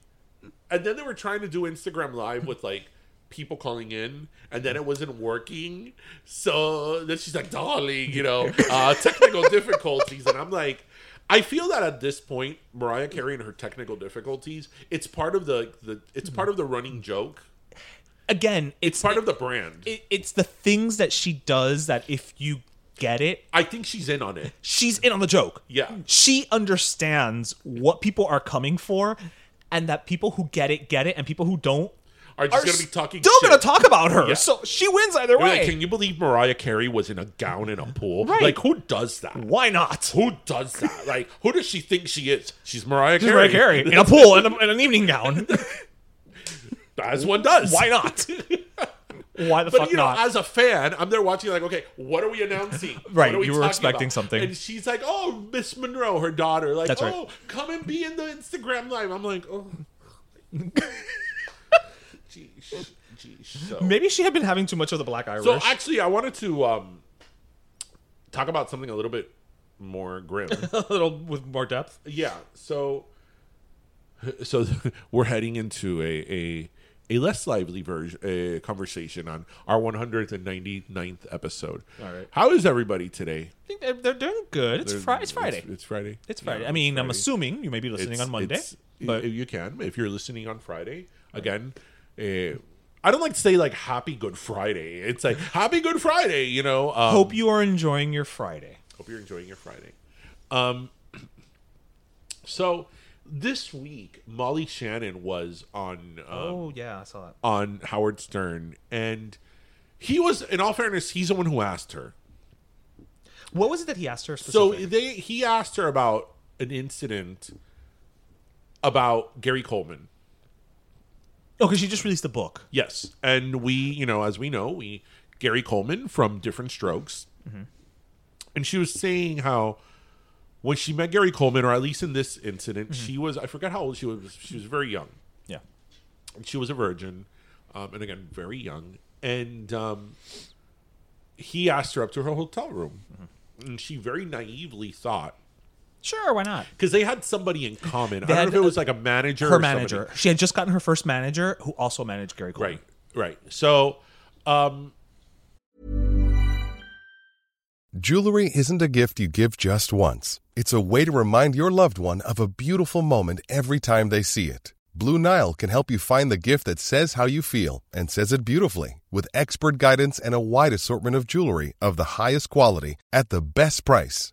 Speaker 2: and then they were trying to do Instagram live with like. People calling in, and then it wasn't working. So then she's like, "Darling, you
Speaker 3: <laughs>
Speaker 2: know, uh, technical difficulties," and I'm like, I feel that at this point, Mariah Carey and her technical difficulties, it's part of the, the it's part of the running joke.
Speaker 3: Again, it's
Speaker 2: It's part of the brand.
Speaker 3: it, it's the things that she does that if you get it,
Speaker 2: I think she's in on it.
Speaker 3: she's in on the joke.
Speaker 2: Yeah.
Speaker 3: she understands what people are coming for, and that people who get it get it, and people who don't
Speaker 2: Are just gonna be talking.
Speaker 3: Still
Speaker 2: shit.
Speaker 3: gonna talk about her,
Speaker 2: Yeah.
Speaker 3: so she wins either
Speaker 2: They're
Speaker 3: way.
Speaker 2: like, can you believe Mariah Carey was in a gown in a pool?
Speaker 3: Right.
Speaker 2: Like, who does that?
Speaker 3: Why not?
Speaker 2: Who does that? Like, who does she think she is? She's Mariah Carey.
Speaker 3: Mariah Carey in a pool in, a, in an evening gown.
Speaker 2: <laughs>
Speaker 3: <laughs>
Speaker 2: As one does. <laughs>
Speaker 3: Why not? Why the
Speaker 2: But
Speaker 3: fuck
Speaker 2: you know,
Speaker 3: not?
Speaker 2: as a fan, I'm there watching, like, okay, what are we
Speaker 3: <laughs>
Speaker 2: announcing? What
Speaker 3: Right,
Speaker 2: are we
Speaker 3: you were
Speaker 2: talking
Speaker 3: expecting something.
Speaker 2: and she's like, "Oh, Miss Monroe, her daughter, like,
Speaker 3: That's right.
Speaker 2: oh, come and be in the Instagram live." I'm like, "Oh, Jeez. <laughs> Jeez, jeez, so-
Speaker 3: Maybe she had been having too much of the black Irish.
Speaker 2: So actually, I wanted to um, talk about something a little bit more
Speaker 3: <laughs>
Speaker 2: grim.
Speaker 3: a little with more depth.
Speaker 2: yeah. So, so <laughs> we're heading into a a, a less lively version a conversation on our 199th episode.
Speaker 3: All right.
Speaker 2: How is everybody today?
Speaker 3: I think they're, they're doing good. It's,
Speaker 2: They're-
Speaker 3: Fri- it's Friday.
Speaker 2: It's, Friday.
Speaker 3: It's Friday.
Speaker 2: Yeah,
Speaker 3: I mean,
Speaker 2: it's
Speaker 3: I'm
Speaker 2: Friday.
Speaker 3: assuming you may be listening
Speaker 2: It's-
Speaker 3: on Monday.
Speaker 2: it's- y- you can if you're listening on Friday. Again, eh, I don't like to say like Happy Good Friday. It's like Happy Good Friday. You know. Um,
Speaker 3: Hope you are enjoying your Friday.
Speaker 2: Hope you're enjoying your Friday. Um, <clears throat> so this week, Molly Shannon was on um,
Speaker 3: Oh yeah, I saw that.
Speaker 2: on Howard Stern, and he was, in all fairness, he's the one who asked her.
Speaker 3: What was it that he asked her?
Speaker 2: So
Speaker 3: Specifically?
Speaker 2: they he asked her about an incident about Gary Coleman.
Speaker 3: oh, because she just released a book.
Speaker 2: Yes, and we, you know, as we know, we Gary Coleman from Different Strokes,
Speaker 3: Mm-hmm.
Speaker 2: and she was saying how when she met Gary Coleman, or at least in this incident,
Speaker 3: Mm-hmm.
Speaker 2: she was I forget how old she was. She was very young.
Speaker 3: Yeah.
Speaker 2: And she was a virgin, um, and again very young. And um, he asked her up to her hotel room,
Speaker 3: Mm-hmm.
Speaker 2: and she very naively thought
Speaker 3: Sure, why not?
Speaker 2: because they had somebody in common. I
Speaker 3: They
Speaker 2: don't know
Speaker 3: had,
Speaker 2: if it was
Speaker 3: uh,
Speaker 2: like a manager,
Speaker 3: Her
Speaker 2: or somebody.
Speaker 3: manager. She had just gotten her first manager, who also managed Gary Coleman.
Speaker 2: right? Right. So. Um,
Speaker 4: Jewelry isn't a gift you give just once. It's a way to remind your loved one of a beautiful moment every time they see it. Blue Nile can help you find the gift that says how you feel and says it beautifully with expert guidance and a wide assortment of jewelry of the highest quality at the best price.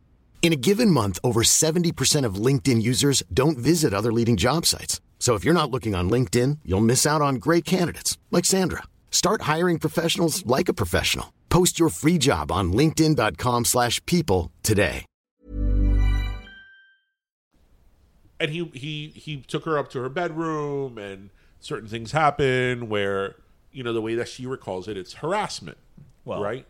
Speaker 5: In a given month, over 70% of LinkedIn users don't visit other leading job sites. So if you're not looking on LinkedIn, you'll miss out on great candidates like Sandra. Start hiring professionals like a professional. Post your free job on linkedin.com/people slash people today.
Speaker 2: and he he he took her up to her bedroom and certain things happen where you know the way that she recalls it it's harassment
Speaker 3: Well,
Speaker 2: right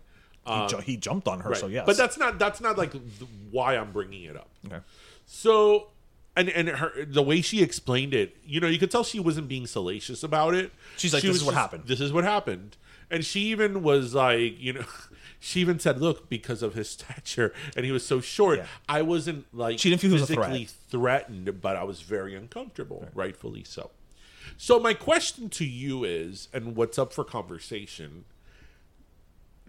Speaker 3: he, ju- he jumped on her,
Speaker 2: Um, right
Speaker 3: so yes.
Speaker 2: but that's not that's not like th- why i'm bringing it up
Speaker 3: okay.
Speaker 2: so and and her the way she explained it you know you could tell she wasn't being salacious about it
Speaker 3: She's like,
Speaker 2: She
Speaker 3: "This
Speaker 2: was
Speaker 3: is what
Speaker 2: just-
Speaker 3: happened."
Speaker 2: this is what happened and she even was like you know <laughs> she even said look because of his <laughs> stature and he was so short
Speaker 3: Yeah.
Speaker 2: i wasn't like
Speaker 3: She didn't feel he was a threat.
Speaker 2: physically threatened, but I was very uncomfortable, rightfully so. So my question to you is, and what's up for conversation?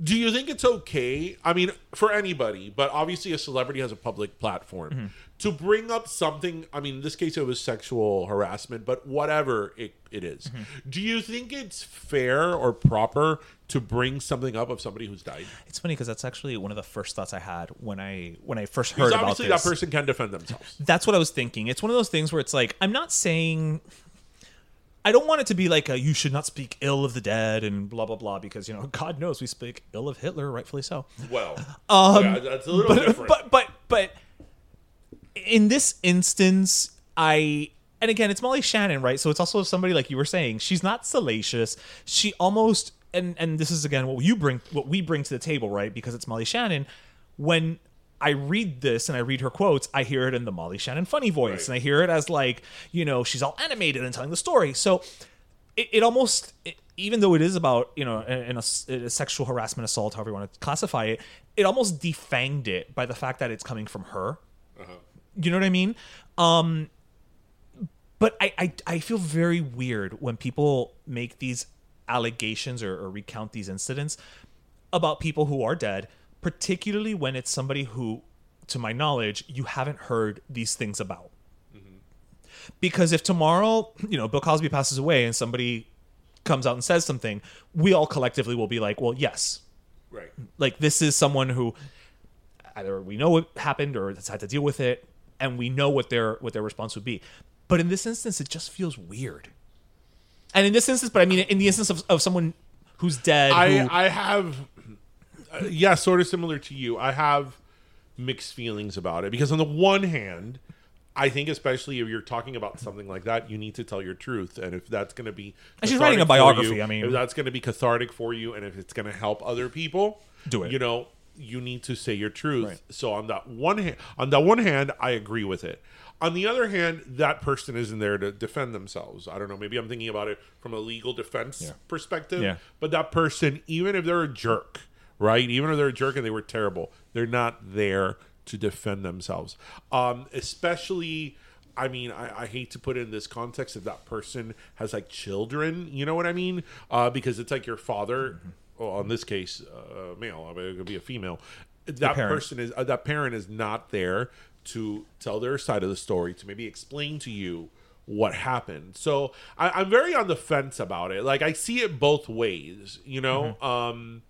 Speaker 2: Do you think it's okay? I mean, for anybody, but obviously a celebrity has a public platform
Speaker 3: Mm-hmm.
Speaker 2: to bring up something. I mean, in this case, it was sexual harassment, but whatever it, it is.
Speaker 3: Mm-hmm.
Speaker 2: Do you think it's fair or proper to bring something up of somebody who's died?
Speaker 3: It's funny because that's actually one of the first thoughts I had when I when I first heard
Speaker 2: Because
Speaker 3: about
Speaker 2: obviously
Speaker 3: this.
Speaker 2: that person can defend themselves.
Speaker 3: that's what I was thinking. It's one of those things where it's like I'm not saying I don't want it to be like a, you should not speak ill of the dead and blah blah blah because you know <laughs> God knows we speak ill of Hitler rightfully so.
Speaker 2: Well,
Speaker 3: Um,
Speaker 2: yeah, that's a little
Speaker 3: but,
Speaker 2: different.
Speaker 3: But but but in this instance, I and again, it's Molly Shannon, right? So it's also somebody like you were saying. She's not salacious. She almost and and this is again what you bring, what we bring to the table, right? Because it's Molly Shannon. When I read this and I read her quotes, I hear it in the Molly Shannon funny voice, and I hear it as like you know she's all animated and telling the story. So it, it almost it, even though it is about you know an, a sexual harassment assault however you want to classify it it almost defanged it by the fact that it's coming from her you know what i mean um but I, I i feel very weird when people make these allegations or, or recount these incidents about people who are dead particularly when it's somebody who to my knowledge you haven't heard these things about because if tomorrow you know bill cosby passes away and somebody comes out and says something we all collectively will be like well yes
Speaker 2: right.
Speaker 3: like this is someone who either we know what happened or has had to deal with it and we know what their what their response would be but in this instance it just feels weird and in this instance but i mean in the instance of, of someone who's dead. who,
Speaker 2: I, I have, uh, yeah, sort of similar to you. I have mixed feelings about it because, on the one hand, I think especially if you're talking about something like that, you need to tell your truth, and if that's going to be
Speaker 3: And she's writing a
Speaker 2: cathartic for you,
Speaker 3: biography, I mean-
Speaker 2: if that's going to be cathartic for you, and if it's going to help other people,
Speaker 3: Do it.
Speaker 2: You know, you need to say your truth. So on that one hand, on that one hand, I agree with it. On the other hand, that person isn't there to defend themselves. I don't know. Maybe I'm thinking about it from a legal defense perspective.
Speaker 3: Yeah.
Speaker 2: But that person, even if they're a jerk, right? Even if they're a jerk and they were terrible, they're not there to defend themselves. Um, especially, I mean, I, I hate to put it in this context if that person has like children, you know what I mean? Uh, because it's like your father, well, on this case, uh, male, I mean, it could be a female. That
Speaker 3: parent.
Speaker 2: person is uh, that parent is not there to tell their side of the story to maybe explain to you what happened. So I, I'm very on the fence about it. Like I see it both ways, you know. Um,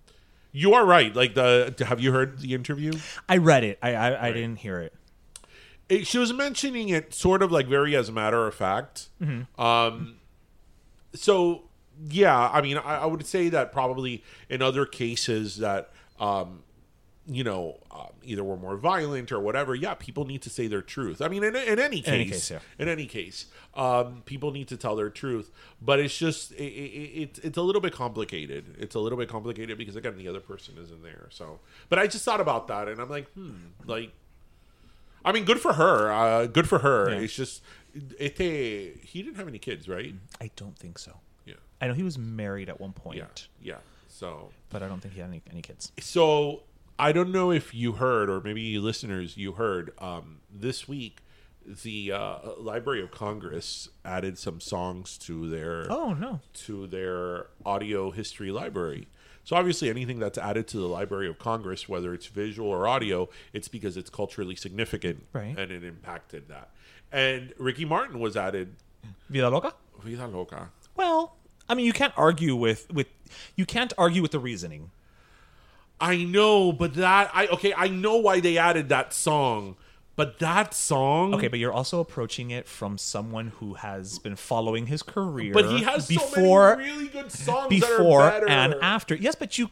Speaker 2: you are right. Like the have you heard the interview?
Speaker 3: I read it. I I, I didn't hear it.
Speaker 2: It, she was mentioning it sort of like very as a matter of fact. Um, so yeah, I mean, I, I would say that probably in other cases that um, you know um, either were more violent or whatever. Yeah, people need to say their truth. I mean, in, in any case,
Speaker 3: any case, yeah.
Speaker 2: in any case, um, people need to tell their truth. But it's just it, it, it, it's a little bit complicated. It's a little bit complicated because again, the other person isn't there. So, but I just thought about that, and I'm like, hmm, like. I mean, good for her. Uh, good for her.
Speaker 3: Yeah.
Speaker 2: It's just, it, it, he didn't have any kids, right?
Speaker 3: I don't think so.
Speaker 2: Yeah.
Speaker 3: I know he was married at one point,
Speaker 2: Yeah. Yeah. So,
Speaker 3: but I don't think he had any, any kids.
Speaker 2: so I don't know if you heard, or maybe you listeners, you heard um, this week, the uh, Library of Congress added some songs to their
Speaker 3: Oh no.
Speaker 2: to their audio history library. So obviously, anything that's added to the Library of Congress, whether it's visual or audio, it's because it's culturally significant,
Speaker 3: Right.
Speaker 2: And it impacted that. And Ricky Martin was added.
Speaker 3: Vida loca?
Speaker 2: Vida loca.
Speaker 3: Well, I mean, you can't argue with with you can't argue with the reasoning.
Speaker 2: I know, but that I okay. I know why they added that song, but that song.
Speaker 3: Okay, but you're also approaching it from someone who has been following his career.
Speaker 2: but he has
Speaker 3: before
Speaker 2: so many really good songs that are
Speaker 3: before
Speaker 2: better.
Speaker 3: and after. Yes, but you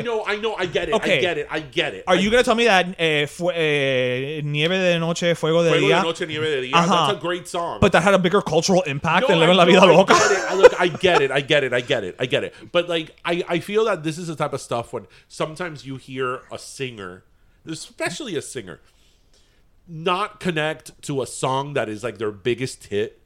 Speaker 2: I know, I know, I get it. I
Speaker 3: Okay.
Speaker 2: get it. I get it.
Speaker 3: Are
Speaker 2: I
Speaker 3: you gonna tell me that eh, fu- eh, nieve de noche, fuego
Speaker 2: Fuego
Speaker 3: de
Speaker 2: de
Speaker 3: día?
Speaker 2: Noche, Nieve de Dia.
Speaker 3: Uh-huh.
Speaker 2: That's a great song.
Speaker 3: But that had a bigger cultural impact than
Speaker 2: No,
Speaker 3: living
Speaker 2: I
Speaker 3: la vida
Speaker 2: know, I
Speaker 3: loca.
Speaker 2: get it. I- Look, I get it. I get it. I get it. I get it. But like, I, I feel that this is the type of stuff when sometimes you hear a singer, especially a singer, not connect to a song that is like their biggest hit.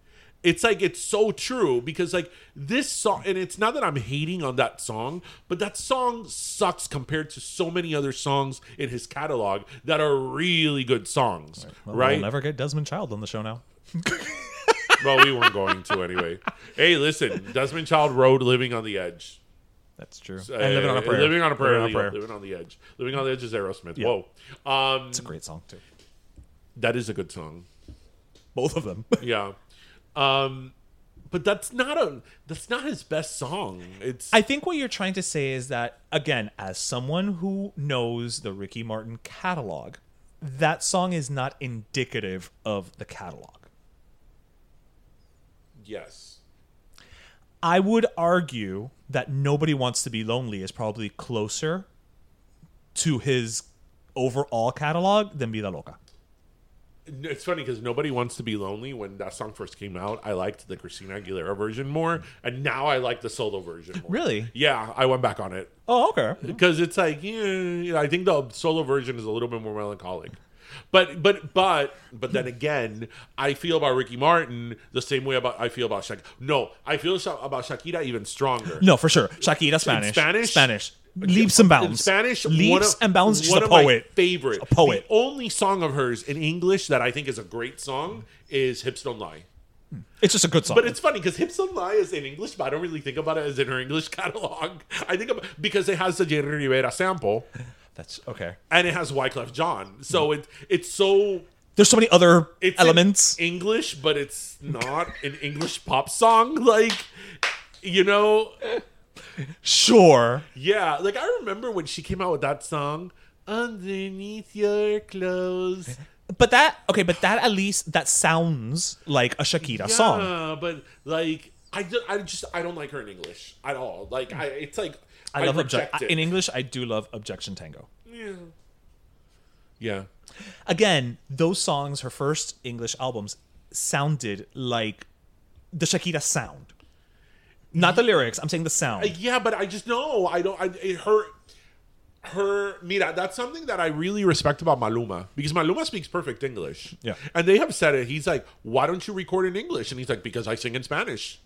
Speaker 2: It's like it's so true because like this song, and it's not that I'm hating on that song, but that song sucks compared to so many other songs in his catalog that are really good songs, right?
Speaker 3: <laughs> We'll never get Desmond Child on the show now.
Speaker 2: well, we weren't going to anyway. Hey, listen, Desmond Child wrote "Living on the Edge."
Speaker 3: That's true.
Speaker 2: Uh,
Speaker 3: and living on a prayer.
Speaker 2: Living on a prayer.
Speaker 3: Living on a
Speaker 2: Leo.
Speaker 3: prayer.
Speaker 2: Living on the edge. Living on the edge is Aerosmith.
Speaker 3: Yeah.
Speaker 2: Whoa, um,
Speaker 3: It's a great song too.
Speaker 2: that is a good song.
Speaker 3: Both of them. <laughs>
Speaker 2: Yeah, um, but that's not a that's not his best song. It's
Speaker 3: I think what you're trying to say is that, again, as someone who knows the Ricky Martin catalog, that song is not indicative of the catalog.
Speaker 2: yes,
Speaker 3: I would argue that Nobody Wants to Be Lonely is probably closer to his overall catalog than Vida Loca.
Speaker 2: it's funny because nobody wants to be lonely. When that song first came out, I liked the Christina Aguilera version more, and now I like the solo version. More.
Speaker 3: Really?
Speaker 2: Yeah, I went back on it.
Speaker 3: Oh, okay.
Speaker 2: because it's like yeah, I think the solo version is a little bit more melancholic. But but but but then again, I feel about Ricky Martin the same way about I feel about Shakira. No, I feel Sha- about Shakira even stronger.
Speaker 3: No, for sure. Shakira Spanish.
Speaker 2: Spanish?
Speaker 3: Spanish. Leaps and bounds.
Speaker 2: In Spanish, one
Speaker 3: Leaps
Speaker 2: of-
Speaker 3: and bounds. She's
Speaker 2: one
Speaker 3: a
Speaker 2: of my
Speaker 3: poet.
Speaker 2: favorite,
Speaker 3: A poet.
Speaker 2: The only song of hers in English that I think is a great song is "Hips Don't Lie."
Speaker 3: It's just a good song.
Speaker 2: But it's funny because Hips Don't Lie is in English, but I don't really think about it as in her English <laughs> catalog. I think about, because it has the Jerry Rivera sample.
Speaker 3: that's okay.
Speaker 2: and it has Wyclef John. So it it's so
Speaker 3: There's so many other
Speaker 2: it's in
Speaker 3: Mm-hmm. elements.
Speaker 2: English, but it's not an English pop song. <laughs> Like you know,
Speaker 3: sure.
Speaker 2: yeah. Like I remember when she came out with that song, "Underneath Your Clothes."
Speaker 3: But that okay, but that at least that sounds like a Shakira <laughs> song.
Speaker 2: Yeah, but like I just, I just I don't like her in English at all. Like I, it's like
Speaker 3: I, love
Speaker 2: reject
Speaker 3: object
Speaker 2: it.
Speaker 3: in English. I do love Objection Tango.
Speaker 2: Yeah,
Speaker 3: Again, those songs, her first English albums, sounded like the Shakira sound. Not the lyrics. I'm saying the sound.
Speaker 2: yeah, but I just know I don't. I, it, her, her, mira, that's something that I really respect about Maluma because Maluma speaks perfect English.
Speaker 3: Yeah.
Speaker 2: and they have said it. He's like, why don't you record in English? And he's like, because I sing in Spanish.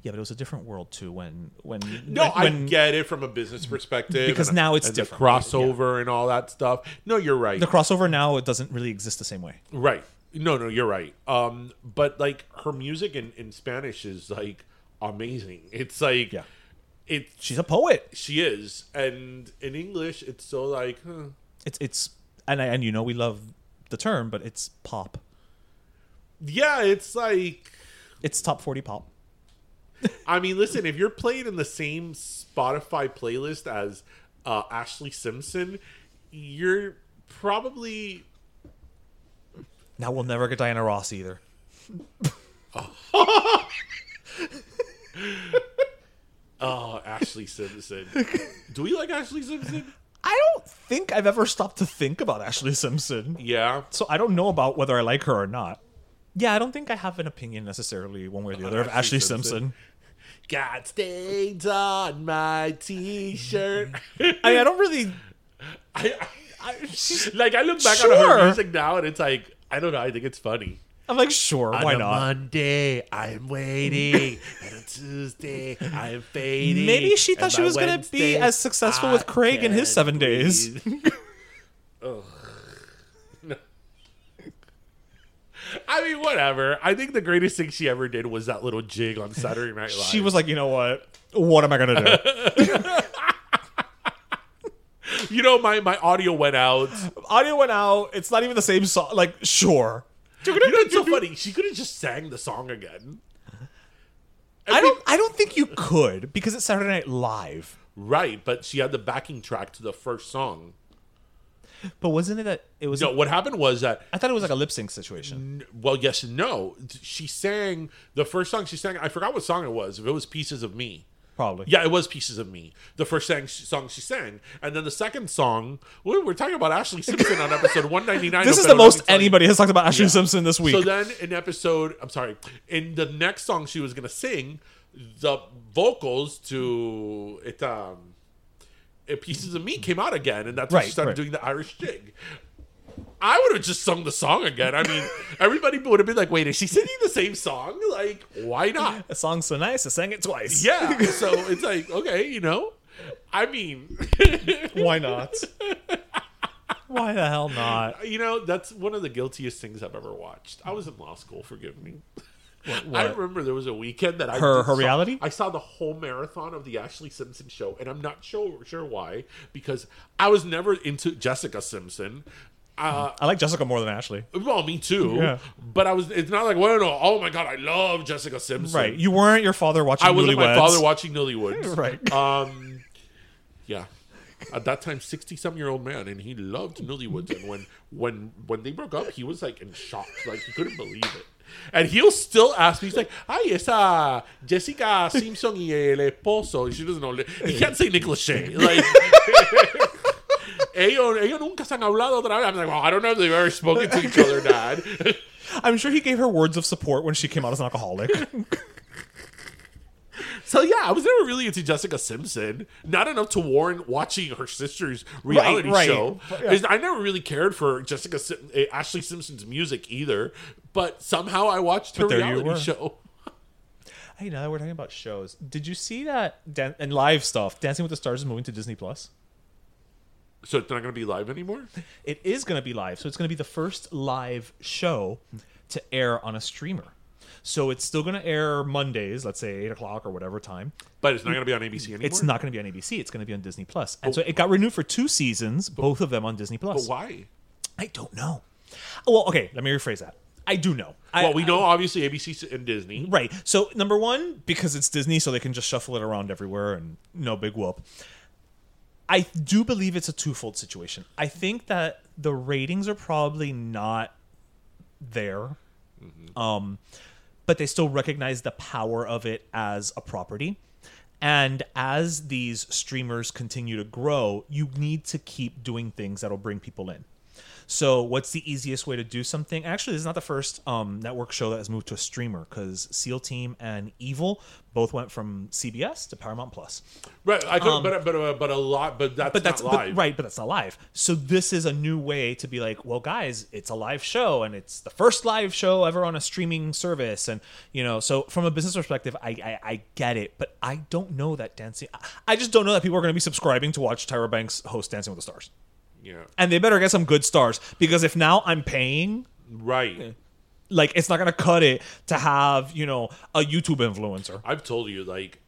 Speaker 3: Yeah, but it was a different world too when when
Speaker 2: No,
Speaker 3: when, when
Speaker 2: I get it from a business perspective
Speaker 3: Because
Speaker 2: and-
Speaker 3: now it's
Speaker 2: and the
Speaker 3: different.
Speaker 2: crossover and all that stuff. No, you're right.
Speaker 3: the crossover now it doesn't really exist the same way.
Speaker 2: Right. No, no, you're right. Um, but like her music in, in Spanish is like amazing. It's like
Speaker 3: Yeah.
Speaker 2: it's she,
Speaker 3: She's a poet.
Speaker 2: she is, and in English it's so like huh.
Speaker 3: It's it's and I, and you know we love the term, but it's pop.
Speaker 2: yeah, it's like
Speaker 3: It's top forty pop.
Speaker 2: I mean, listen, if you're playing in the same Spotify playlist as uh, Ashley Simpson, you're probably
Speaker 3: Now we'll never get Diana Ross either.
Speaker 2: oh Ashley Simpson. Do we like Ashley Simpson?
Speaker 3: I don't think I've ever stopped to think about Ashley Simpson.
Speaker 2: Yeah.
Speaker 3: So I don't know about whether I like her or not. Yeah, I don't think I have an opinion necessarily one way or the other of
Speaker 2: Ashley
Speaker 3: Ashley
Speaker 2: Simpson.
Speaker 3: Simpson.
Speaker 2: Got stains on my t-shirt.
Speaker 3: I mean, I don't really.
Speaker 2: I, I, like I look back on her
Speaker 3: Sure.
Speaker 2: music now, and it's like I don't know. I think it's funny.
Speaker 3: I'm like, sure, why
Speaker 2: on A
Speaker 3: not?
Speaker 2: Monday, I'm
Speaker 3: <laughs>
Speaker 2: waiting, and on Tuesday, I'm fading.
Speaker 3: Maybe she
Speaker 2: and
Speaker 3: thought she
Speaker 2: by
Speaker 3: was gonna be
Speaker 2: Wednesday,
Speaker 3: as successful with
Speaker 2: I
Speaker 3: Craig in his
Speaker 2: can't
Speaker 3: seven days. <laughs>
Speaker 2: breathe. Ugh. <laughs> No. I mean, whatever. I think the greatest thing she ever did was that little jig on Saturday Night Live.
Speaker 3: She was like, you know what? What am I gonna do?
Speaker 2: <laughs> you know, my my audio went
Speaker 3: <laughs>
Speaker 2: out.
Speaker 3: audio went out. It's not even the same song. Like, sure.
Speaker 2: You know, it's so funny. She could have just sang the song again.
Speaker 3: I don't. I don't think you could because it's Saturday Night Live.
Speaker 2: Right, but she had the backing track to the first song.
Speaker 3: But wasn't it that it was?
Speaker 2: No, what happened was that,
Speaker 3: I thought it was like a lip sync situation.
Speaker 2: well, yes and no. She sang the first song she sang, I forgot what song it was. If it was Pieces of Me.
Speaker 3: Probably.
Speaker 2: Yeah, it was Pieces of Me, the first sang, song she sang. And then the second song, we we're talking about Ashley Simpson on episode <laughs> 199.
Speaker 3: This
Speaker 2: of
Speaker 3: is
Speaker 2: Fiddler
Speaker 3: the
Speaker 2: on
Speaker 3: most
Speaker 2: Guitar.
Speaker 3: anybody has talked about Ashley Simpson this week.
Speaker 2: So then in episode, I'm sorry, in the next song she was gonna sing, the vocals to it um it pieces of me came out again, and that's when she
Speaker 3: Right,
Speaker 2: started
Speaker 3: right.
Speaker 2: doing the Irish jig. I would have just sung the song again. I
Speaker 3: <laughs>
Speaker 2: mean, everybody would have been like, "Wait, is she singing the same song? Like, why not?"
Speaker 3: the song's so nice, I sang it twice.
Speaker 2: Yeah. So it's like, okay, you know, I mean,
Speaker 3: Why not? <laughs> Why the hell not?
Speaker 2: you know, that's one of the guiltiest things I've ever watched. I was in law school. Forgive me. I remember there was a weekend that I
Speaker 3: Her-
Speaker 2: did
Speaker 3: her
Speaker 2: saw-
Speaker 3: reality?
Speaker 2: I saw the whole marathon of the Ashley Simpson show, and I'm not sure sure why because I was never into Jessica Simpson. Uh,
Speaker 3: I like Jessica more than Ashley.
Speaker 2: well, me too.
Speaker 3: Yeah.
Speaker 2: But I was. It's not like well, no. Oh my god, I love Jessica Simpson.
Speaker 3: Right. You weren't your father watching.
Speaker 2: I wasn't my
Speaker 3: Newlyweds.
Speaker 2: father watching
Speaker 3: <laughs>
Speaker 2: Newlywoods.
Speaker 3: Right.
Speaker 2: Um, yeah. At that time, sixty-some-year-old man, and he loved Newlywoods. And when when when they broke up, he was like in shock, like he couldn't believe it. And he'll still ask me. He's like, "Ay, esa Jessica Simpson y el esposo." She doesn't know. He can't say Nicholas Shea. Like, <laughs> ellos, ellos nunca se han hablado otra vez. I'm like, well, I don't know if they've ever spoken to each other, Dad. <laughs>
Speaker 3: I'm sure he gave her words of support when she came out as an alcoholic.
Speaker 2: So yeah, I was never really into Jessica Simpson. Not enough to warrant watching her sister's reality
Speaker 3: right.
Speaker 2: show.
Speaker 3: Yeah.
Speaker 2: Is- I never really cared for Jessica Sim- eh, Ashley Simpson's music either. But somehow I watched her
Speaker 3: there you
Speaker 2: reality
Speaker 3: were.
Speaker 2: show.
Speaker 3: Hey, now that we're talking about shows, did you see that dan- and live stuff? Dancing with the Stars is moving to Disney Plus.
Speaker 2: So it's not going to be live anymore.
Speaker 3: It is going to be live, so it's going to be the first live show to air on a streamer. So it's still going to air Mondays, let's say eight o'clock or whatever time.
Speaker 2: But it's not going to be on ABC anymore.
Speaker 3: It's not going to be on ABC. It's going to be on Disney Plus. And so it got renewed for two seasons, both of them on Disney
Speaker 2: But
Speaker 3: Plus.
Speaker 2: why?
Speaker 3: I don't know. Well, okay, let me rephrase that. I do know. I-
Speaker 2: well, we know obviously ABC and Disney.
Speaker 3: Right. So number one, because it's Disney, so they can just shuffle it around everywhere and no big whoop. I do believe it's a twofold situation. I think that the ratings are probably not there. Um but they still recognize the power of it as a property. And as these streamers continue to grow, you need to keep doing things that'll bring people in. So, what's the easiest way to do something? Actually, this is not the first um, network show that has moved to a streamer because SEAL Team and Evil both went from CBS to Paramount Plus.
Speaker 2: Right, I thought, but but uh, but a lot, but that's
Speaker 3: Um, But that's
Speaker 2: not
Speaker 3: but-
Speaker 2: live.
Speaker 3: right, but that's not live. So this is a new way to be like, well, guys, it's a live show, and it's the first live show ever on a streaming service, and you know, so from a business perspective, I I, I get it, but I don't know that dancing. I- I just don't know that people are going to be subscribing to watch Tyra Banks host Dancing with the Stars,
Speaker 2: Yeah,
Speaker 3: and they better get some good stars because if now I'm paying.
Speaker 2: right.
Speaker 3: Like it's not gonna cut it to have you know a YouTube influencer.
Speaker 2: I've told you, like,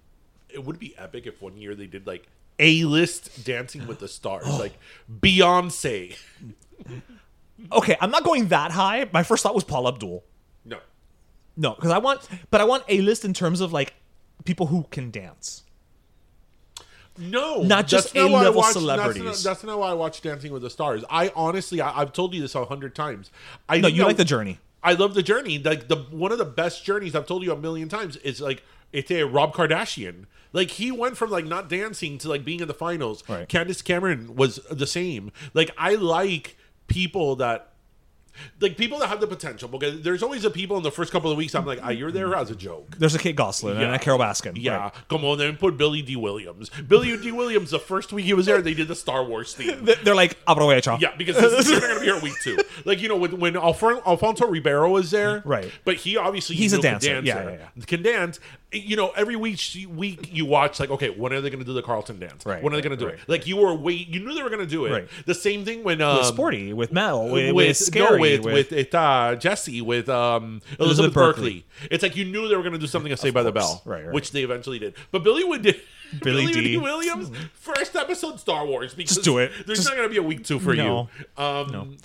Speaker 2: it would be epic if one year they did like a list Dancing with the Stars, like Beyonce.
Speaker 3: Okay, I'm not going that high. My first thought was Paul Abdul.
Speaker 2: No,
Speaker 3: No, because I want, but I want a list in terms of like people who can dance.
Speaker 2: no,
Speaker 3: Not just
Speaker 2: that's not why I
Speaker 3: A-level
Speaker 2: watch-
Speaker 3: celebrities.
Speaker 2: That's not, that's not why I watch Dancing with the Stars. I honestly, I, I've told you this a hundred times. I
Speaker 3: No,
Speaker 2: think
Speaker 3: you
Speaker 2: that-
Speaker 3: like the journey.
Speaker 2: I love the journey. Like the one of the best journeys I've told you a million times is like it's a Rob Kardashian. Like he went from like not dancing to like being in the finals.
Speaker 3: Right.
Speaker 2: Candace Cameron was the same. Like I like people that like people that have the potential because there's always the people in the first couple of weeks I'm like, ah, you're there as a joke.
Speaker 3: There's a Kate Gosselin and
Speaker 2: Yeah.
Speaker 3: a Carol Baskin.
Speaker 2: Yeah,
Speaker 3: Right.
Speaker 2: come on, then put Billy D. Williams. Billy D. Williams, the first week he was there, they did the Star Wars
Speaker 3: <laughs>
Speaker 2: theme.
Speaker 3: Th- They're like aprovecha.
Speaker 2: Yeah, because this, they're not going to be here week two. Like you know, when, when Alfon- Alfonso Ribeiro was there,
Speaker 3: Right.
Speaker 2: But he obviously
Speaker 3: He's a
Speaker 2: knew could
Speaker 3: dancer.
Speaker 2: dance
Speaker 3: Yeah,
Speaker 2: there.
Speaker 3: yeah,
Speaker 2: can dance. You know, every week she- week you watch like, okay, when are they going to do the Carlton dance?
Speaker 3: Right,
Speaker 2: When are they
Speaker 3: right,
Speaker 2: going to do
Speaker 3: right,
Speaker 2: it? Like you were wait, you knew they were going to do it.
Speaker 3: Right.
Speaker 2: The same thing when um,
Speaker 3: With Sporty, with Mel, with,
Speaker 2: with,
Speaker 3: with Scary,
Speaker 2: no, with,
Speaker 3: with,
Speaker 2: with, it, uh, Jesse, with um, Elizabeth
Speaker 3: Berkley.
Speaker 2: Berkeley. It's like you knew they were going to do something to Saved by the Bell,
Speaker 3: Right, right.
Speaker 2: Which they eventually did. But Billy Wood did.
Speaker 3: <laughs> Billy
Speaker 2: Billy
Speaker 3: D.
Speaker 2: Williams, first episode Star Wars. Because
Speaker 3: do it.
Speaker 2: There's
Speaker 3: Just-
Speaker 2: not going to be a week two for you.
Speaker 3: No.
Speaker 2: Um,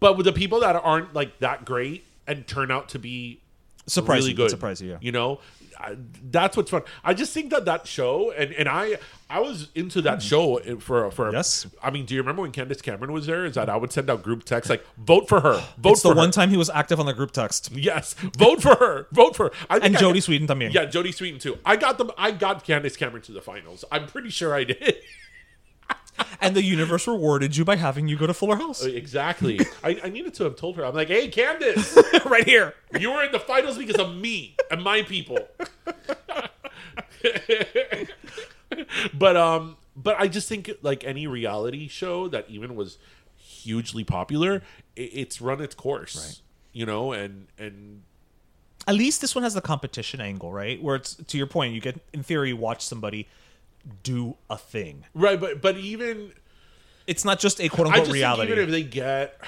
Speaker 2: But with the people that aren't like that great and turn out to be
Speaker 3: Surprise
Speaker 2: really
Speaker 3: you,
Speaker 2: good,
Speaker 3: surprise you, yeah.
Speaker 2: you know, I, that's what's fun. I just think that that show and and I I was into that show for for
Speaker 3: Hmm. Yes.
Speaker 2: I mean, do you remember when Candace Cameron was there? Is that I would send out group texts like vote for
Speaker 3: <gasps>
Speaker 2: her, vote
Speaker 3: It's
Speaker 2: for
Speaker 3: the one
Speaker 2: her.
Speaker 3: time he was active on the group text.
Speaker 2: <laughs> Yes, vote for her, vote for her. I think
Speaker 3: And
Speaker 2: I-
Speaker 3: Jody Sweden también.
Speaker 2: Yeah, Jody Sweden too. I got them. I got Candace Cameron to the finals. I'm pretty sure I did.
Speaker 3: And the universe rewarded you by having you go to Fuller House.
Speaker 2: Uh, exactly. <laughs> I, I needed to have told her. I'm like, hey,
Speaker 3: <laughs>
Speaker 2: Candace,
Speaker 3: right here.
Speaker 2: you were in the finals because of me and my people. <laughs> but um, but I just think like any reality show that even was hugely popular, i it's run its course. You know, and and
Speaker 3: At least this one has the competition angle, right? Where it's to your point, you get in theory watch somebody do a thing.
Speaker 2: Right, but but even
Speaker 3: It's not just a quote
Speaker 2: I
Speaker 3: unquote
Speaker 2: just think
Speaker 3: reality.
Speaker 2: even if they get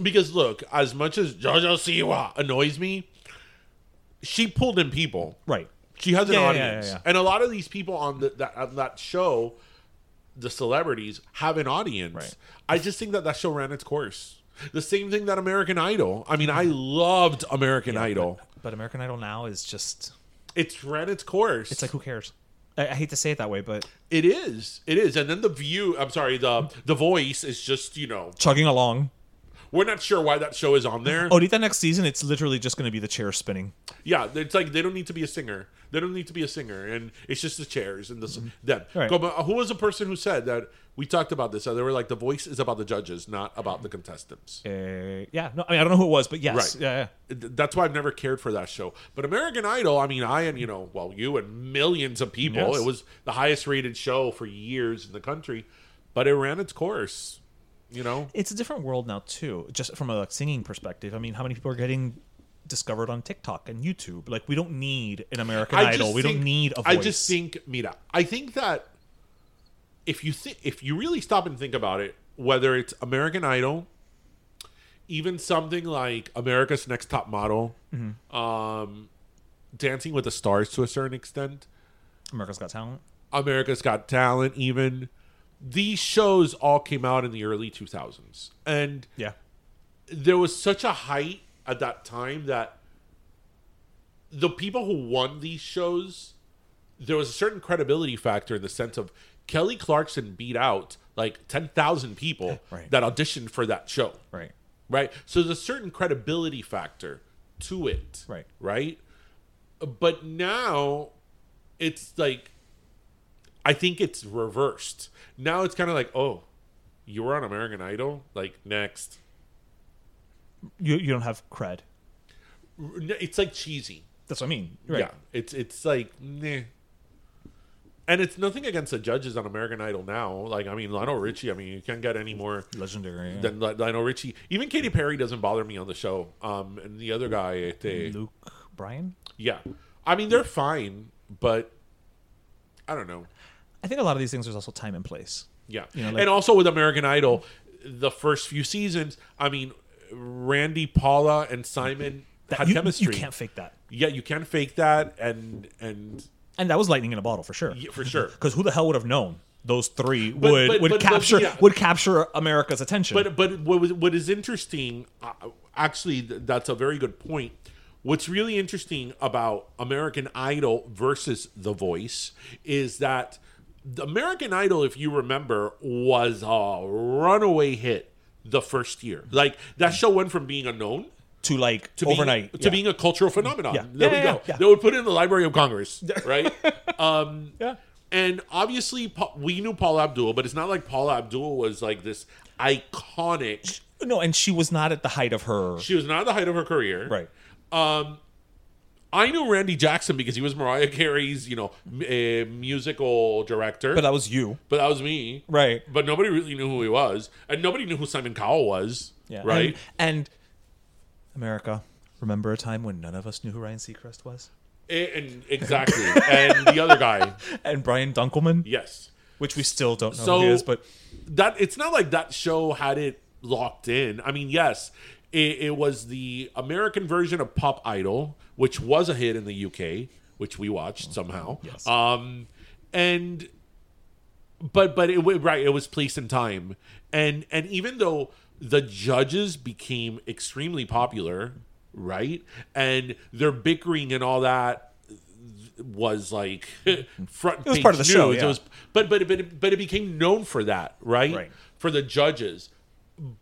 Speaker 2: because look, as much as JoJo Siwa annoys me, she pulled in people.
Speaker 3: right.
Speaker 2: She has an
Speaker 3: Yeah, yeah, yeah,
Speaker 2: audience,
Speaker 3: yeah, yeah.
Speaker 2: and a lot of these people on the, that on that show, the celebrities have an audience.
Speaker 3: Right.
Speaker 2: I just think that that show ran its course. The same thing that American Idol. I mean, I loved American Idol.
Speaker 3: But American Idol now is just
Speaker 2: It's ran its course.
Speaker 3: it's like who cares? I, I hate to say it that way, but
Speaker 2: it is. It is. And then the view. I'm sorry. The the voice is just you know
Speaker 3: chugging along.
Speaker 2: we're not sure why that show is on there.
Speaker 3: Odita next season, it's literally just going to be the chair spinning.
Speaker 2: Yeah, it's like they don't need to be a singer. They don't need to be a singer, and it's just the chairs and the them.
Speaker 3: Mm-hmm. Right.
Speaker 2: Go, but uh, who was the person who said that? We talked about this. uh, They were like, the voice is about the judges, not about the contestants.
Speaker 3: Uh, yeah, no, I mean I don't know who it was, but yes,
Speaker 2: Right.
Speaker 3: yeah, yeah.
Speaker 2: Th- That's why I've never cared for that show. But American Idol, I mean, I and you know, well, you and millions of people.
Speaker 3: Yes.
Speaker 2: It was the highest rated show for years in the country, but it ran its course. You know,
Speaker 3: It's a different world now too, just from a like, singing perspective. I mean, how many people are getting discovered on TikTok and YouTube? Like, we don't need an American
Speaker 2: just
Speaker 3: Idol. We don't
Speaker 2: think-
Speaker 3: need a voice.
Speaker 2: I just think, Mira, I think that if you think, if you really stop and think about it, whether it's American Idol, even something like America's Next Top Model,
Speaker 3: Mm-hmm.
Speaker 2: um, Dancing with the Stars to a certain extent,
Speaker 3: America's Got Talent.
Speaker 2: America's Got Talent, even these shows all came out in the early 2000s, and
Speaker 3: Yeah,
Speaker 2: there was such a height at that time that the people who won these shows, there was a certain credibility factor in the sense of Kelly Clarkson beat out like 10,000 people
Speaker 3: <laughs> Right.
Speaker 2: that auditioned for that show.
Speaker 3: right.
Speaker 2: Right. So there's a certain credibility factor to it.
Speaker 3: Right.
Speaker 2: Right. But now it's like, I think it's reversed. Now it's kind of like, oh, you were on American Idol? Like, next.
Speaker 3: You you don't have cred.
Speaker 2: It's like cheesy.
Speaker 3: That's what I mean. Right.
Speaker 2: Yeah, it's it's like nah. And it's nothing against the judges on American Idol now. Like, I mean, Lionel Richie. I mean, you can't get any more
Speaker 3: Legendary. yeah.
Speaker 2: than Li- Lionel Richie. Even Katy Perry doesn't bother me on the show. Um, and the other guy, este,
Speaker 3: Luke Bryan.
Speaker 2: yeah, I mean, they're fine, but I don't know.
Speaker 3: I think a lot of these things there's also time and place.
Speaker 2: Yeah,
Speaker 3: You know, like-
Speaker 2: and also with American Idol, the first few seasons. I mean, Randy, Paula, and Simon
Speaker 3: That
Speaker 2: had
Speaker 3: you,
Speaker 2: chemistry.
Speaker 3: you can't fake that.
Speaker 2: Yeah, you can't fake that, and and
Speaker 3: And that was lightning in a bottle for sure.
Speaker 2: yeah, for sure.
Speaker 3: Because who the hell would have known those three would
Speaker 2: but-
Speaker 3: would
Speaker 2: but- but,
Speaker 3: capture
Speaker 2: yeah.
Speaker 3: would capture America's attention?
Speaker 2: But but what was, what is interesting, uh, actually, th- that's a very good point. What's really interesting about American Idol versus The Voice is that the American Idol, if you remember, was a runaway hit the first year. Like that show went from being unknown
Speaker 3: to like
Speaker 2: to
Speaker 3: overnight
Speaker 2: being,
Speaker 3: yeah.
Speaker 2: to being a cultural phenomenon.
Speaker 3: Yeah.
Speaker 2: There
Speaker 3: Yeah,
Speaker 2: we
Speaker 3: yeah,
Speaker 2: go.
Speaker 3: yeah.
Speaker 2: They would put it in the Library of
Speaker 3: <laughs>
Speaker 2: Congress, right? um,
Speaker 3: Yeah.
Speaker 2: And obviously, Pa- we knew Paula Abdul, but it's not like Paula Abdul was like this iconic.
Speaker 3: no, and she was not at the height of her
Speaker 2: She was not at the height of her career, Um,
Speaker 3: right.
Speaker 2: I knew Randy Jackson because he was Mariah Carey's, you know, m- eh, musical director.
Speaker 3: But uh, that was you,
Speaker 2: but that was me,
Speaker 3: right?
Speaker 2: But nobody really knew who he was, and nobody knew who Simon Cowell was,
Speaker 3: Yeah.
Speaker 2: right?
Speaker 3: And, and America, remember a time when none of us knew who Ryan Seacrest was
Speaker 2: Eh, And, exactly, and the other
Speaker 3: <laughs>
Speaker 2: guy,
Speaker 3: and Brian Dunkelman,
Speaker 2: yes.
Speaker 3: which we still don't know
Speaker 2: So-
Speaker 3: who he is, but
Speaker 2: that it's not like that show had it locked in. I mean, yes, it, it was the American version of Pop Idol, which was a hit in the UK, which we watched somehow. Yes. Um, and but but it wa- right, it was placed in time, and and even though the judges became extremely popular, right, and their bickering and all that was like <laughs> front.
Speaker 3: was
Speaker 2: page
Speaker 3: part of the show,
Speaker 2: news. It
Speaker 3: yeah.
Speaker 2: was but but but it, but it became known for that, right?
Speaker 3: Right.
Speaker 2: For the judges,